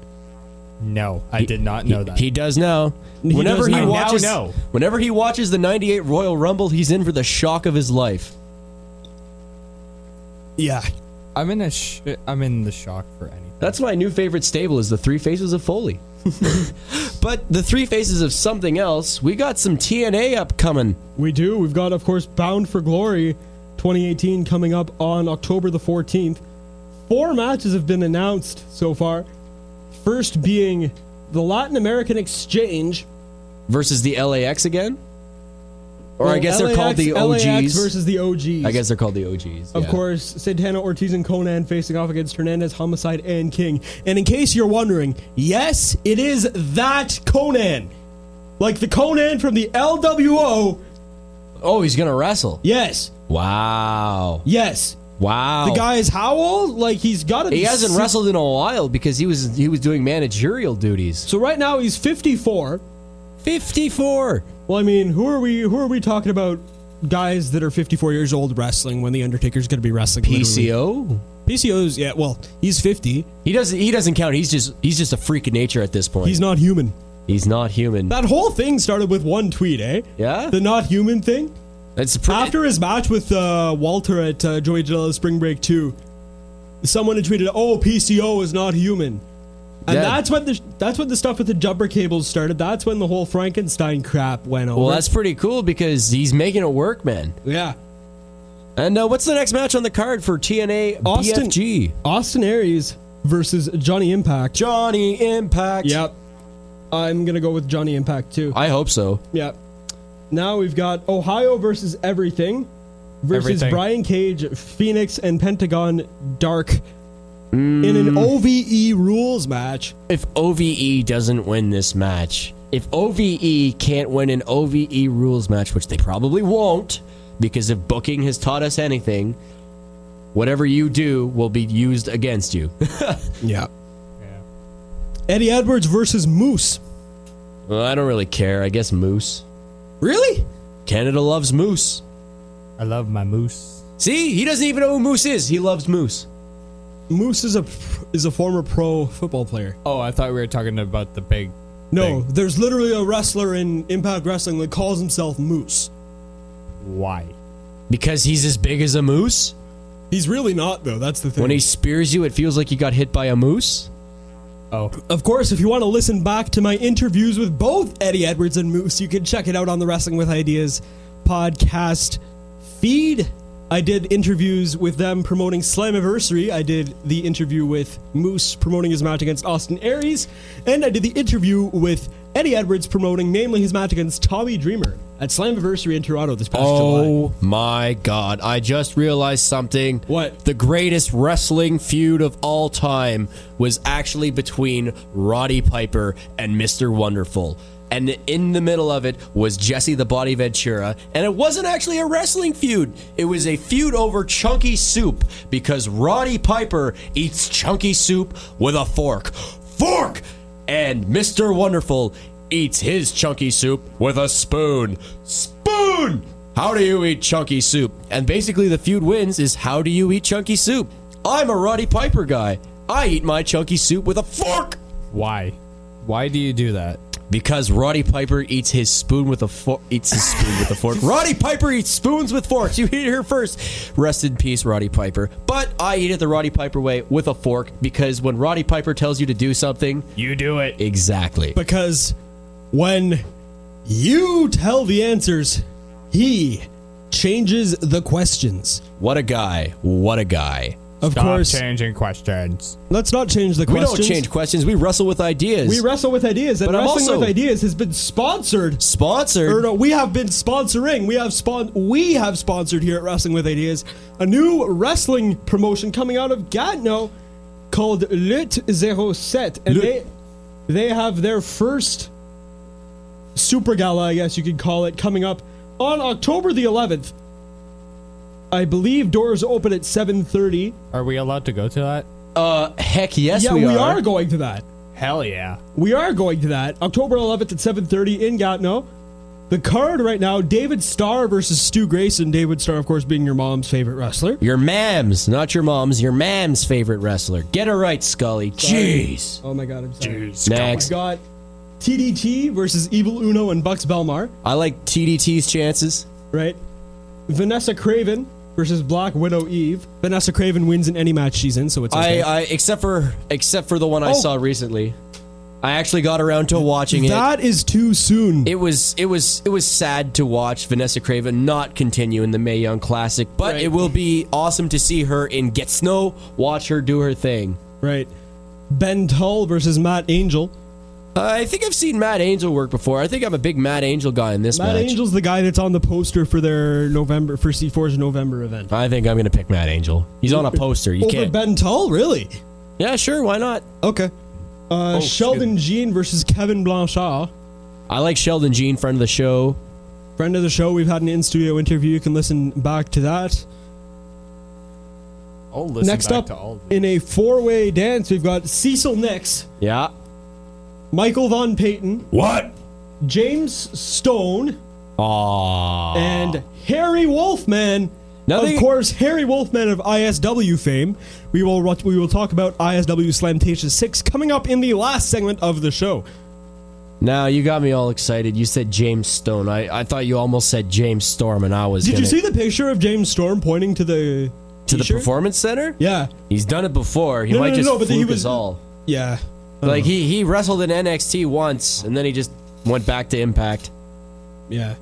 No, I did not know that. He does now. He whenever does he now. watches, I now know. whenever he watches the '98 Royal Rumble, he's in for the shock of his life. Yeah, I'm in a sh- I'm in the shock for anything. That's my new favorite stable is the Three Faces of Foley. *laughs* but the Three Faces of something else. We got some TNA upcoming. We do. We've got, of course, Bound for Glory 2018 coming up on October the 14th. Four matches have been announced so far. First being the Latin American Exchange. versus the LAX again. Or I Well, guess they're called the LAX OGs. versus the OGs. I guess they're called the OGs. Of yeah. course, Santana, Ortiz, and Conan facing off against Hernandez, Homicide, and King. And in case you're wondering, yes, it is that Conan. Like the Conan from the LWO. Oh, he's going to wrestle. Yes. Wow. Yes. Wow. The guy is how old? Like he's got to be Oh. He hasn't si- wrestled in a while because he was he was doing managerial duties. So right now he's 54. 54. Well, I mean, who are we who are we talking about guys that are 54 years old wrestling when the Undertaker's going to be wrestling PCO? PCO's yeah, well, he's 50. He doesn't he doesn't count. He's just he's just a freak of nature at this point. He's not human. He's not human. That whole thing started with one tweet, eh? Yeah. The not human thing. That's After his match with uh, Walter at uh, Joey Janela's Spring Break 2, someone had tweeted, "Oh, PCO is not human." And Yeah. that's when the that's when the stuff with the jumper cables started. That's when the whole Frankenstein crap went over. Well, that's pretty cool because he's making it work, man. Yeah. And uh, what's the next match on the card for TNA Austin BFG? Austin Aries versus Johnny Impact. Johnny Impact. Yep. I'm gonna go with Johnny Impact too. I hope so. Yeah. Now we've got Ohio versus everything versus Everything. Brian Cage, Phoenix, and Pentagon Dark in an Mm. OVE rules match. If OVE doesn't win this match, if OVE can't win an OVE rules match, which they probably won't, because if booking has taught us anything, whatever you do will be used against you. *laughs* yeah. Eddie Edwards versus Moose. Well, I don't really care. I guess Moose. Really? Canada loves Moose. I love my moose. See, he doesn't even know who Moose is. He loves Moose. Moose is a is a former pro football player. Oh, I thought we were talking about the big. No, there's literally a wrestler in Impact Wrestling that calls himself Moose. Why? Because he's as big as a moose? He's really not though. That's the thing. When he spears you, it feels like you got hit by a moose. Oh. Of course, if you want to listen back to my interviews with both Eddie Edwards and Moose, you can check it out on the Wrestling with Ideas podcast feed. I did interviews with them promoting Slammiversary. I did the interview with Moose promoting his match against Austin Aries, and I did the interview with Eddie Edwards promoting, namely his match against Tommy Dreamer at Slammiversary in Toronto this past July. Oh my god, I just realized something. What? The greatest wrestling feud of all time was actually between Roddy Piper and Mr. Wonderful. And in the middle of it was Jesse the Body Ventura. And it wasn't actually a wrestling feud. It was a feud over chunky soup because Roddy Piper eats chunky soup with a fork. Fork! And Mr. Wonderful eats his chunky soup with a spoon. Spoon! How do you eat chunky soup? And basically, the feud wins is how do you eat chunky soup? I'm a Roddy Piper guy. I eat my chunky soup with a fork. Why? Why do you do that? Because Roddy Piper eats his spoon with a fork. Eats his spoon with a *laughs* fork. Roddy Piper eats spoons with forks. You hear it here first. Rest in peace, Roddy Piper. But I eat it the Roddy Piper way with a fork because when Roddy Piper tells you to do something, you do it. Exactly. Because when you tell the answers, he changes the questions. What a guy. What a guy. Of Stop course. changing questions. Let's not change the We questions. don't change questions. We wrestle with ideas. We wrestle with ideas, and But I'm wrestling also- with ideas has been sponsored. Sponsored. Or no, we have been sponsoring. We have spon- We have sponsored here at Wrestling with Ideas a new wrestling promotion coming out of Gatineau called Lutte 07, and they they have their first super gala, I guess you could call it, coming up on October the 11th. I believe doors open at 7:30. Are we allowed to go to that? Uh, heck yes, yeah, we we are. are going to that. Hell yeah. We are going to that October 11th at 7:30 in Gatineau. The card right now, David Starr versus Stu Grayson. David Starr, of course, being your mom's favorite wrestler. Your mam's, not your mom's, your mam's favorite wrestler. Get it right, Scully. Jeez. Oh my god, I'm sorry. Jeez. Next. We got TDT versus Evil Uno and Bucks Belmar. I like TDT's chances. Right. Vanessa Craven versus Black Widow Eve. Vanessa Craven wins in any match she's in, so it's I, okay. I except for except for the one I Oh. saw recently. I actually got around to watching it. That is too soon. It was it was it was sad to watch Vanessa Craven not continue in the Mae Young Classic, but it will be awesome to see her in Get Snow. Watch her do her thing. right. Ben Tull versus Matt Angel. I think I've seen Matt Angel work before. I think I'm a big Matt Angel guy in this Matt match. Angel's the guy that's on the poster for their November for C4's November event. I think I'm gonna pick Matt Angel. He's on a poster. You Over can't. Ben Tull, really? Yeah, sure. Why not? Okay. Oh, Uh, Sheldon Jean versus Kevin Blanchard. I like Sheldon Jean, friend of the show. Friend of the show, we've had an in studio interview. You can listen back to that. I'll listen Next back up, to all of in a four way dance, we've got Cecil Nix, Yeah. Michael Von Payton. What? James Stone. Ah. Aww. and Harry Wolfman. Nothing- Of course, Harry Wolfman of ISW fame. We will ru- we will talk about ISW Slamtation Six coming up in the last segment of the show. Now you got me all excited. You said James Stone. I, I thought you almost said James Storm, and I was. Did you gonna- see the picture of James Storm pointing to the to the t-shirt? performance center? Yeah, He's done it before. He No, no, might no, just no, but he fluke was- Oh. us all. yeah. I Like don't know. he he wrestled in NXT once, and then he just went back to Impact. yeah.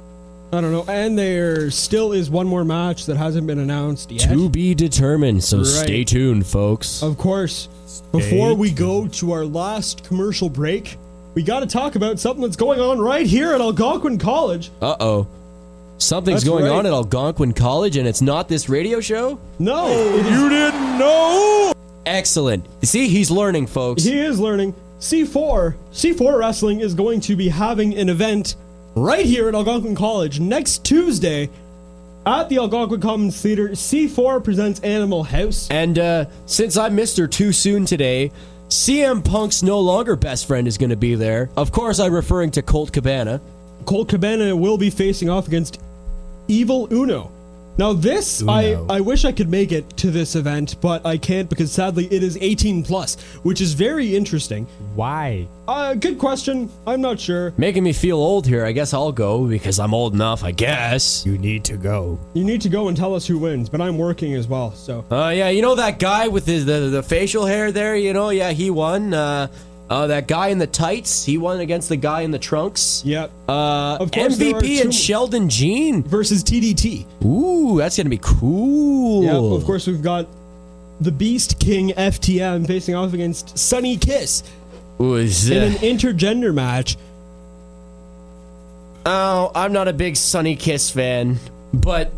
I don't know. And there still is one more match that hasn't been announced yet. To be determined. So Right. stay tuned, folks. Of course. Before we go to our last commercial break, we got to talk about something that's going on right here at Algonquin College. Uh oh. Something's That's going right. on at Algonquin College, and it's not this radio show? No. you didn't know? Excellent. You see, he's learning, folks. He is learning. C4, C4 Wrestling is going to be having an event right here at Algonquin College next Tuesday at the Algonquin Commons Theater. C4 presents Animal House. And uh, since I missed her too soon today, CM Punk's no longer best friend is going to be there. Of course, I'm referring to Colt Cabana. Colt Cabana will be facing off against Evil Uno. Now this I, I wish I could make it to this event, but I can't because sadly it is 18 plus, which is very interesting. Why? Uh good question. I'm not sure. Making me feel old here. I guess I'll go because I'm old enough, I guess. You need to go. You need to go and tell us who wins, but I'm working as well, so Uh, yeah, you know that guy with his, the, the facial hair there? You know, yeah, he won. Uh, uh, that guy in the tights, he won against the guy in the trunks. Yep. Uh, Of course there are MVP and two- Sheldon Jean versus TDT. Ooh, that's gonna be cool. Yeah, of course we've got the Beast King FTM facing off against Sunny Kiss Ooh, is in an it? intergender match. Oh, I'm not a big Sunny Kiss fan, but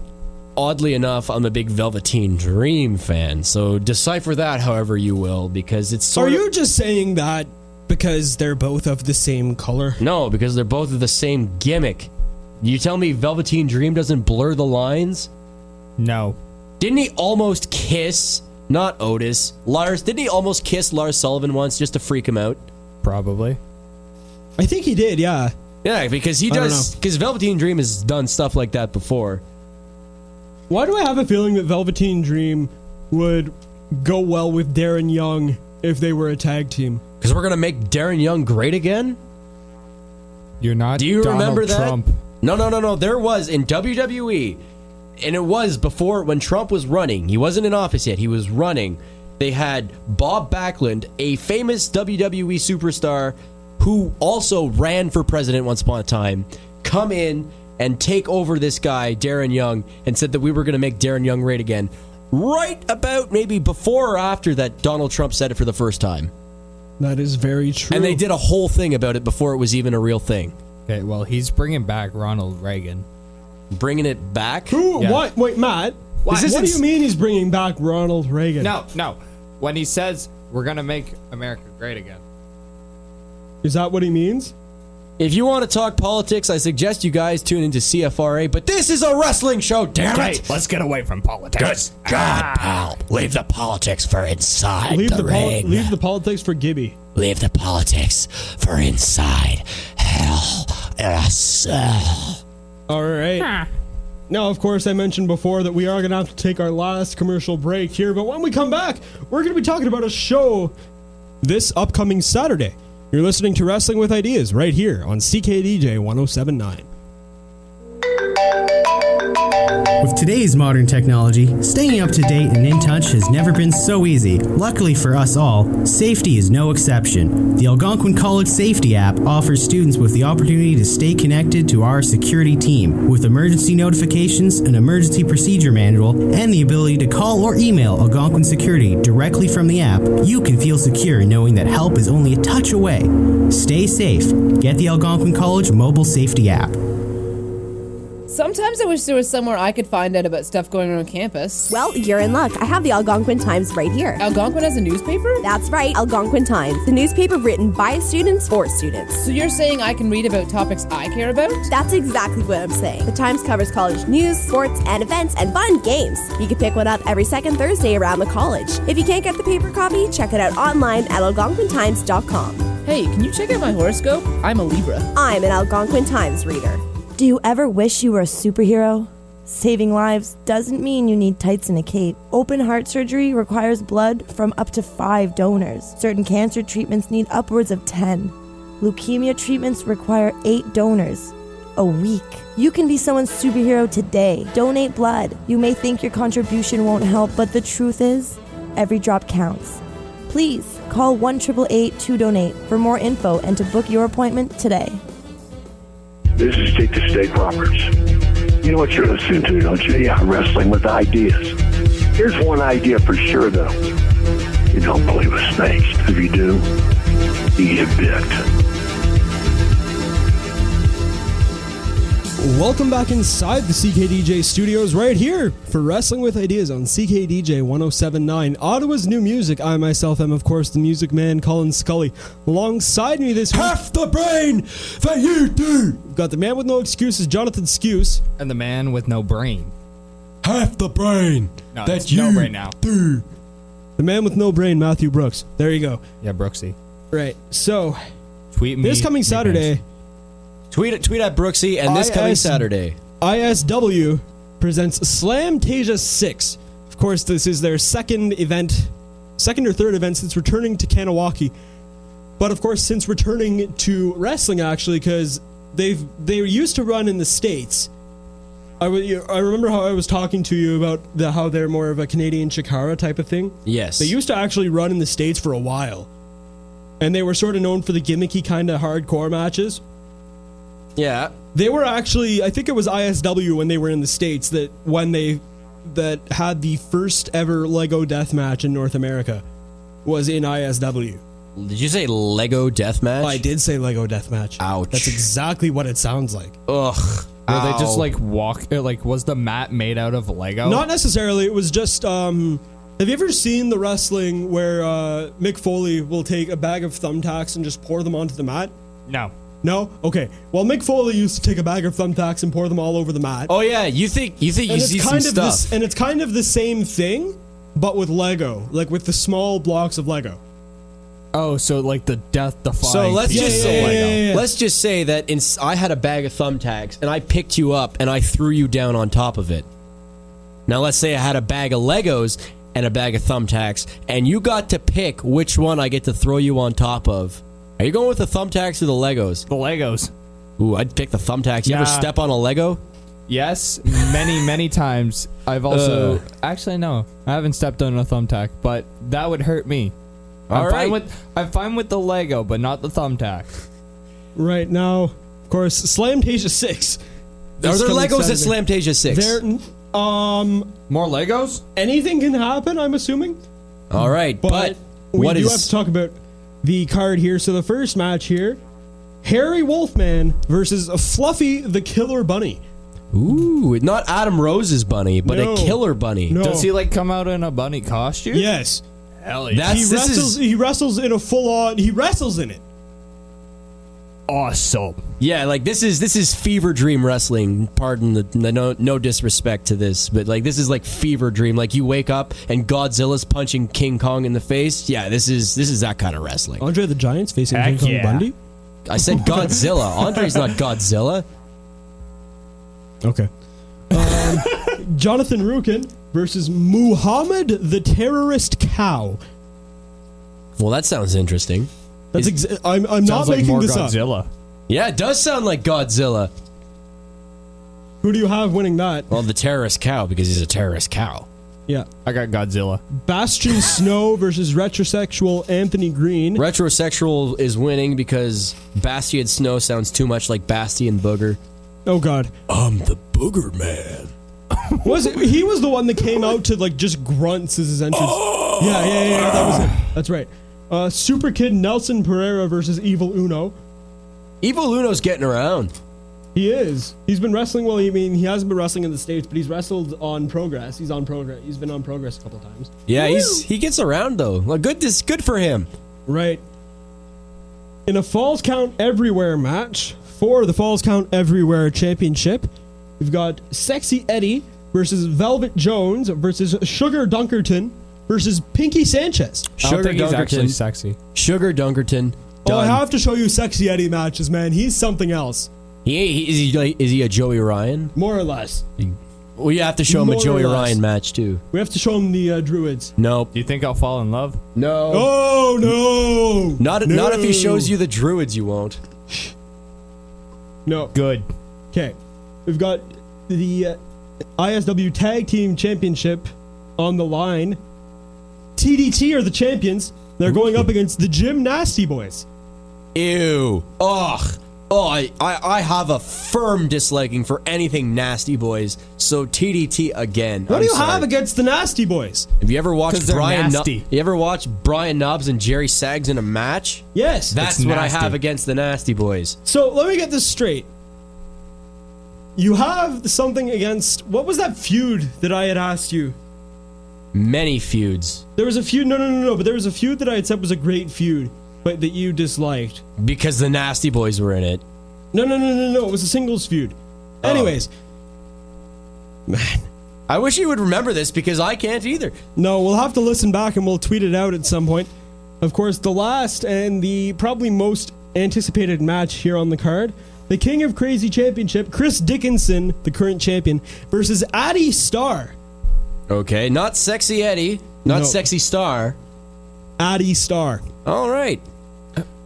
oddly enough, I'm a big Velveteen Dream fan. So decipher that however you will, because it's sort of Are you just saying that because they're both of the same color? no, because they're both of the same gimmick. You tell me Velveteen Dream doesn't blur the lines? No. Didn't he almost kiss? Not Otis. Lars, didn't he almost kiss Lars Sullivan once just to freak him out? Probably. I think he did, yeah. Yeah, because he I don't does. know. Because Velveteen Dream has done stuff like that before. Why do I have a feeling that Velveteen Dream would go well with Darren Young if they were a tag team? Because we're gonna make Darren Young great again. You're not. Do you Donald remember that? Trump. No, no, no, no. There was in WWE, and it was before when Trump was running. He wasn't in office yet. He was running. They had Bob Backlund, a famous WWE superstar who also ran for president once upon a time, come in and take over this guy, Darren Young, and said that we were going to make Darren Young great again. Right about maybe before or after that, Donald Trump said it for the first time. That is very true. And they did a whole thing about it before it was even a real thing. Okay, well, he's bringing back Ronald Reagan. Bringing it back? Who? What? Wait, Matt. Why- What do this you is- mean he's bringing back Ronald Reagan? No, no. When he says we're gonna make America great again, Is that what he means? If you want to talk politics, I suggest you guys tune into CFRA, but this is a wrestling show, damn it! let's get away from politics. God, pal, leave the politics for inside Leave the, the, pol- ring. leave the politics for Gibby. leave the politics for inside hell in a cell. All right. Now, of course, I mentioned before that we are going to have to take our last commercial break here, but when we come back, we're going to be talking about a show this upcoming Saturday. You're listening to Wrestling with Ideas right here on CKDJ 1079. With today's modern technology, staying up to date and in touch has never been so easy. Luckily for us all, safety is no exception. The Algonquin College Safety app offers students with the opportunity to stay connected to our security team with emergency notifications, an emergency procedure manual, and the ability to call or email Algonquin Security directly from the app. You can feel secure knowing that help is only a touch away. Stay safe. Get the Algonquin College mobile safety app. Sometimes I wish there was somewhere I could find out about stuff going on on campus. Well, you're in luck. I have the Algonquin Times right here. Algonquin has a newspaper? That's right, Algonquin Times, the newspaper written by students for students. So you're saying I can read about topics I care about? That's exactly what I'm saying. The Times covers college news, sports, and events, and fun games. You can pick one up every second Thursday around the college. If you can't get the paper copy, check it out online at algonquintimes.com. Hey, can you check out my horoscope? I'm a Libra. I'm an Algonquin Times reader. Do you ever wish you were a superhero? Saving lives doesn't mean you need tights and a cape. Open heart surgery requires blood from up to five donors. Certain cancer treatments need upwards of 10. Leukemia treatments require eight donors a week. You can be someone's superhero today. Donate blood. You may think your contribution won't help, but the truth is, every drop counts. Please call 1 888 to donate for more info and to book your appointment today. This is Take the Steak Roberts. You know what you're listening to, don't you? Yeah, wrestling with ideas. Here's one idea for sure, though. You don't play with snakes. If you do, you get bit. Welcome back inside the CKDJ studios right here for Wrestling with Ideas on CKDJ 1079. Ottawa's new music. I myself am, of course, the music man Colin Scully. Alongside me this Half the brain that you do! We've got the man with no excuses, Jonathan Skuse. And the man with no brain. Half the brain No, that it's no you brain now. do. The man with no brain, Matthew Brooks. There you go. Yeah, Brooksy. Right. So, tweet This coming Saturday, Tweet tweet at Brooksy and this coming IS Saturday. ISW presents Slam Tasia 6. Of course, this is their second event, second or third event since returning to Kanawaki. But of course, since returning to wrestling, actually, because they've they used to run in the states. I wa- you- I remember how I was talking to you about the, how they're more of a Canadian Chikara type of thing. Yes. They used to actually run in the States for a while. And they were sort of known for the gimmicky kind of hardcore matches. Yeah. They were actually I think it was ISW when they were in the States that when they that had the first ever Lego death match in North America was in ISW. Did you say Lego Deathmatch? I did say Lego Deathmatch. Ouch. Oh. That's exactly what it sounds like. Ugh. Were they just Ow. like walk? uh, Like, was the mat made out of Lego? Not necessarily. It was just. Um, have you ever seen the wrestling where uh, Mick Foley will take a bag of thumbtacks and just pour them onto the mat? No. No. Okay. Well, Mick Foley used to take a bag of thumbtacks and pour them all over the mat. Oh yeah, you think you think you And it's see some kind of stuff? This, and it's kind of the same thing, but with Lego, like with the small blocks of Lego. Oh, so like the death defying. So let's piece just of say Lego. let's just say that in, I had a bag of thumbtacks and I picked you up and I threw you down on top of it. Now let's say I had a bag of Legos and a bag of thumbtacks and you got to pick which one I get to throw you on top of. Are you going with the thumbtacks or the Legos? The Legos. Ooh, I'd pick the thumbtacks. You ever Nah. step on a Lego? Yes, many, many times. I've also Ugh. actually no, I haven't stepped on a thumbtack, but that would hurt me. I'm All fine right. with I'm fine with the Lego, but not the thumbtack. Right now, of course, Slamtasia Six. Are there Legos at Slamtasia 6? There, um, more Legos. Anything can happen. I'm assuming. All right, but, we what do is have to talk about the card here. So the first match here, Harry Wolfman versus Fluffy the Killer Bunny. Ooh, not Adam Rose's bunny, but No. a killer bunny. No. Does he like come out in a bunny costume? Yes. Hell yeah. That's- he this wrestles. is- He wrestles in a full on. He wrestles in it. awesome. Yeah, like this is this is fever dream wrestling. Pardon the, the no no disrespect to this, but like this is like fever dream. Like you wake up and Godzilla's punching King Kong in the face. Yeah, this is this is that kind of wrestling. Andre the Giant's facing King Kong Bundy. *laughs* I said Godzilla. Andre's not Godzilla. Okay. Um, *laughs* Jonathan Rukin versus Muhammad the terrorist cow. Well, that sounds interesting. That's exa- I'm, I'm not making this up. Yeah, it does sound like Godzilla. Who do you have winning that? Well, the terrorist cow because he's a terrorist cow. Yeah. I got Godzilla. Bastion Snow versus retrosexual Anthony Green. Retrosexual is winning because Bastian Snow sounds too much like Bastian Booger. Oh God. I'm the Booger Man. Was it, he was the one that came out to like just grunts as his entrance? yeah, yeah, yeah, yeah, That was it. That's right. Uh, Super Kid Nelson Pereira versus Evil Uno. Evil Uno's getting around. He is. He's been wrestling. Well, I mean, he hasn't been wrestling in the states, but he's wrestled on Progress. He's on Progress. He's been on Progress a couple times. Yeah, he's he gets around though. Well, good this good for him. Right. In a Falls Count Everywhere match for the Falls Count Everywhere Championship, we've got Sexy Eddie versus Velvet Jones versus Sugar Dunkerton versus Pinky Sanchez. sexy. Sugar Dunkerton. Oh, I Done. have to show you Sexy Eddie matches, man. He's something else. He, he- is he like- is he a Joey Ryan? More or less. We have to show him More a or Joey less. Ryan match too. We have to show him the uh, Druids. Nope. Do you think I'll fall in love? No. Oh, no. Not No. not if he shows you the Druids, you won't. No. Good. Okay, we've got the uh, ISW Tag Team Championship on the line. TDT are the champions. They're going up against the Gym Nasty Boys. Ew. Ugh. Oh, I, I, I have a firm disliking for anything nasty boys. So TDT again. What I'm do you sorry. have against the Nasty Boys? Have you ever 'Cause watched they're Brian? Kno- nasty. you ever watched Brian Knobs and Jerry Sags in a match? Yes, that's It's what nasty. I have against the Nasty Boys. So let me get this straight. You have something against what was that feud that I had asked you? Many feuds There was a feud. No, no, no, no. But there was a feud that I had said was a great feud, but that you disliked. because the Nasty Boys were in it. No, no, no, no, no. It was a singles feud. Oh. Anyways, I wish you would remember this because I can't either. No, we'll have to listen back and we'll tweet it out at some point. Of course, the last and the probably most anticipated match here on the card the King of Crazy Championship, Chris Dickinson, the current champion, versus Addy Starr. Okay, not sexy Eddie, not No. sexy Star. Addy Starr. All right.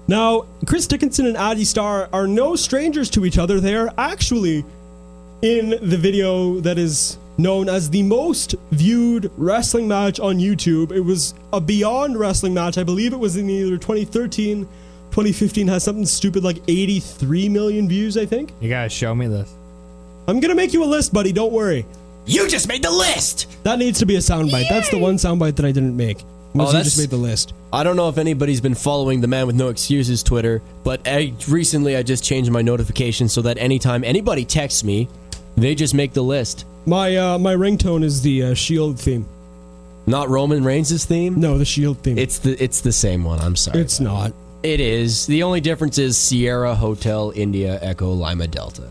Now, Chris Dickinson and Addy Starr are no strangers to each other. They are actually in the video that is known as the most viewed wrestling match on YouTube. It was a Beyond Wrestling match. I believe it was in either 2013, 2015, has something stupid like 83 million views, I think. You gotta show me this. I'm going to make you a list, buddy. Don't worry. You just made the list. That needs to be a soundbite. That's the one soundbite that I didn't make. Was you just made the list. I don't know if anybody's been following the Man with No Excuses Twitter, but I, recently I just changed my notifications so that anytime anybody texts me, they just make the list. My uh, my ringtone is the uh, Shield theme. Not Roman Reigns' theme? No, the Shield theme. It's the it's the same one. I'm sorry. It's not. It is. The only difference is Sierra Hotel India Echo Lima Delta.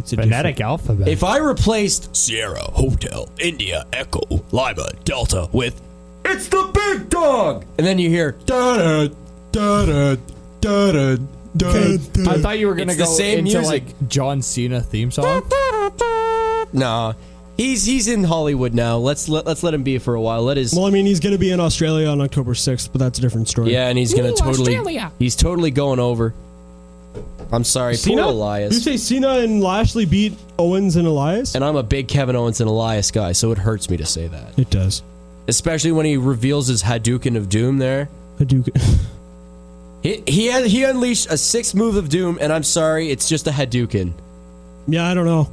It's a phonetic alphabet. If I replaced Sierra Hotel India Echo Lima Delta with It's the Big Dog, and then you hear da da da da da I thought you were gonna Hmm. It's go the same into music. like John Cena theme song. Nah, he's he's in Hollywood now. Let's let, let's let him be for a while. Let his Well, I mean, he's going to be in Australia on October 6th, but that's a different story. yeah, and he's gonna Ooh, totally Australia. he's totally going over. I'm sorry, Cena? poor You Elias. say Cena and Lashley beat Owens and Elias? And I'm a big Kevin Owens and Elias guy, so it hurts me to say that. It does. Especially when he reveals his Hadouken of Doom there. Hadouken. He he, had, he unleashed a sixth move of Doom, and I'm sorry, it's just a Hadouken. *laughs* yeah, I don't know.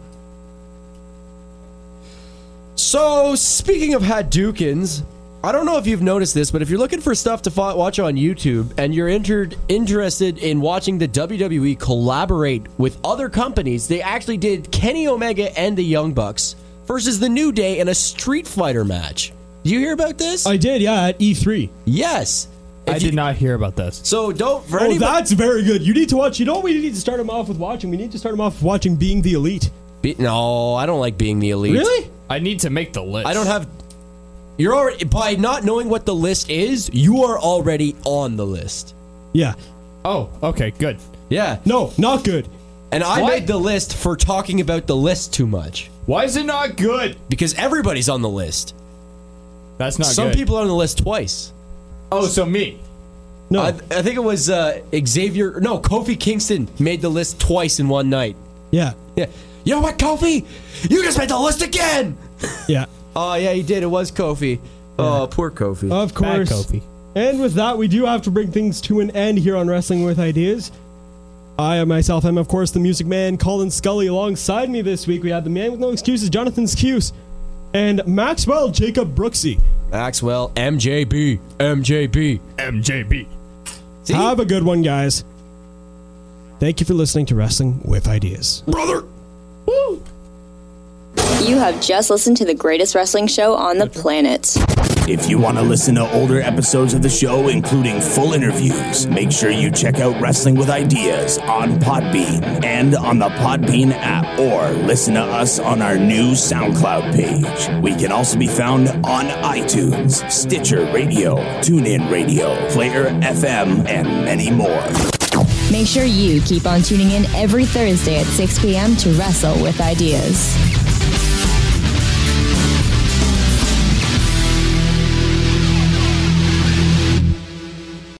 So, speaking of Hadoukens, I don't know if you've noticed this, but if you're looking for stuff to fo- watch on YouTube and you're inter- interested in watching the WWE collaborate with other companies, they actually did Kenny Omega and the Young Bucks versus the New Day in a Street Fighter match. Did you hear about this? I did, yeah, at E E3. Yes. I did not hear about this. So don't. For oh, anybody- that's very good. You need to watch. You know what we need to start him off with watching? We need to start him off with watching Being the Elite. Be- no, I don't like being the elite. Really? I need to make the list. I don't have. You're already by not knowing what the list is. You are already on the list. Yeah. Oh, okay, good. Yeah. No, not good. And I What? made the list for talking about the list too much. Why is it not good? Because everybody's on the list. That's not Some good. people are on the list twice. Oh, so me. No. I, I think it was uh, Xavier. No, Kofi Kingston made the list twice in one night. Yeah. Yeah. You know what, Kofi? You just made the list again! Yeah. Oh, yeah, he did. It was Kofi. Oh, poor Kofi. Of course. And with that, we do have to bring things to an end here on Wrestling with Ideas. I myself am, of course, the music man Colin Scully. Alongside me this week, we had the man with no excuses, Jonathan Skuse, and Maxwell Jacob Brooksy. Maxwell, MJB, MJB, MJB. Have a good one, guys. Thank you for listening to Wrestling with Ideas. Brother! You have just listened to the greatest wrestling show on the planet. If you want to listen to older episodes of the show, including full interviews, make sure you check out Wrestling with Ideas on Podbean and on the Podbean app, or listen to us on our new SoundCloud page. We can also be found on iTunes, Stitcher Radio, TuneIn Radio, Player FM, and many more. Make sure you keep on tuning in every Thursday at 6 p.m. to Wrestle with Ideas.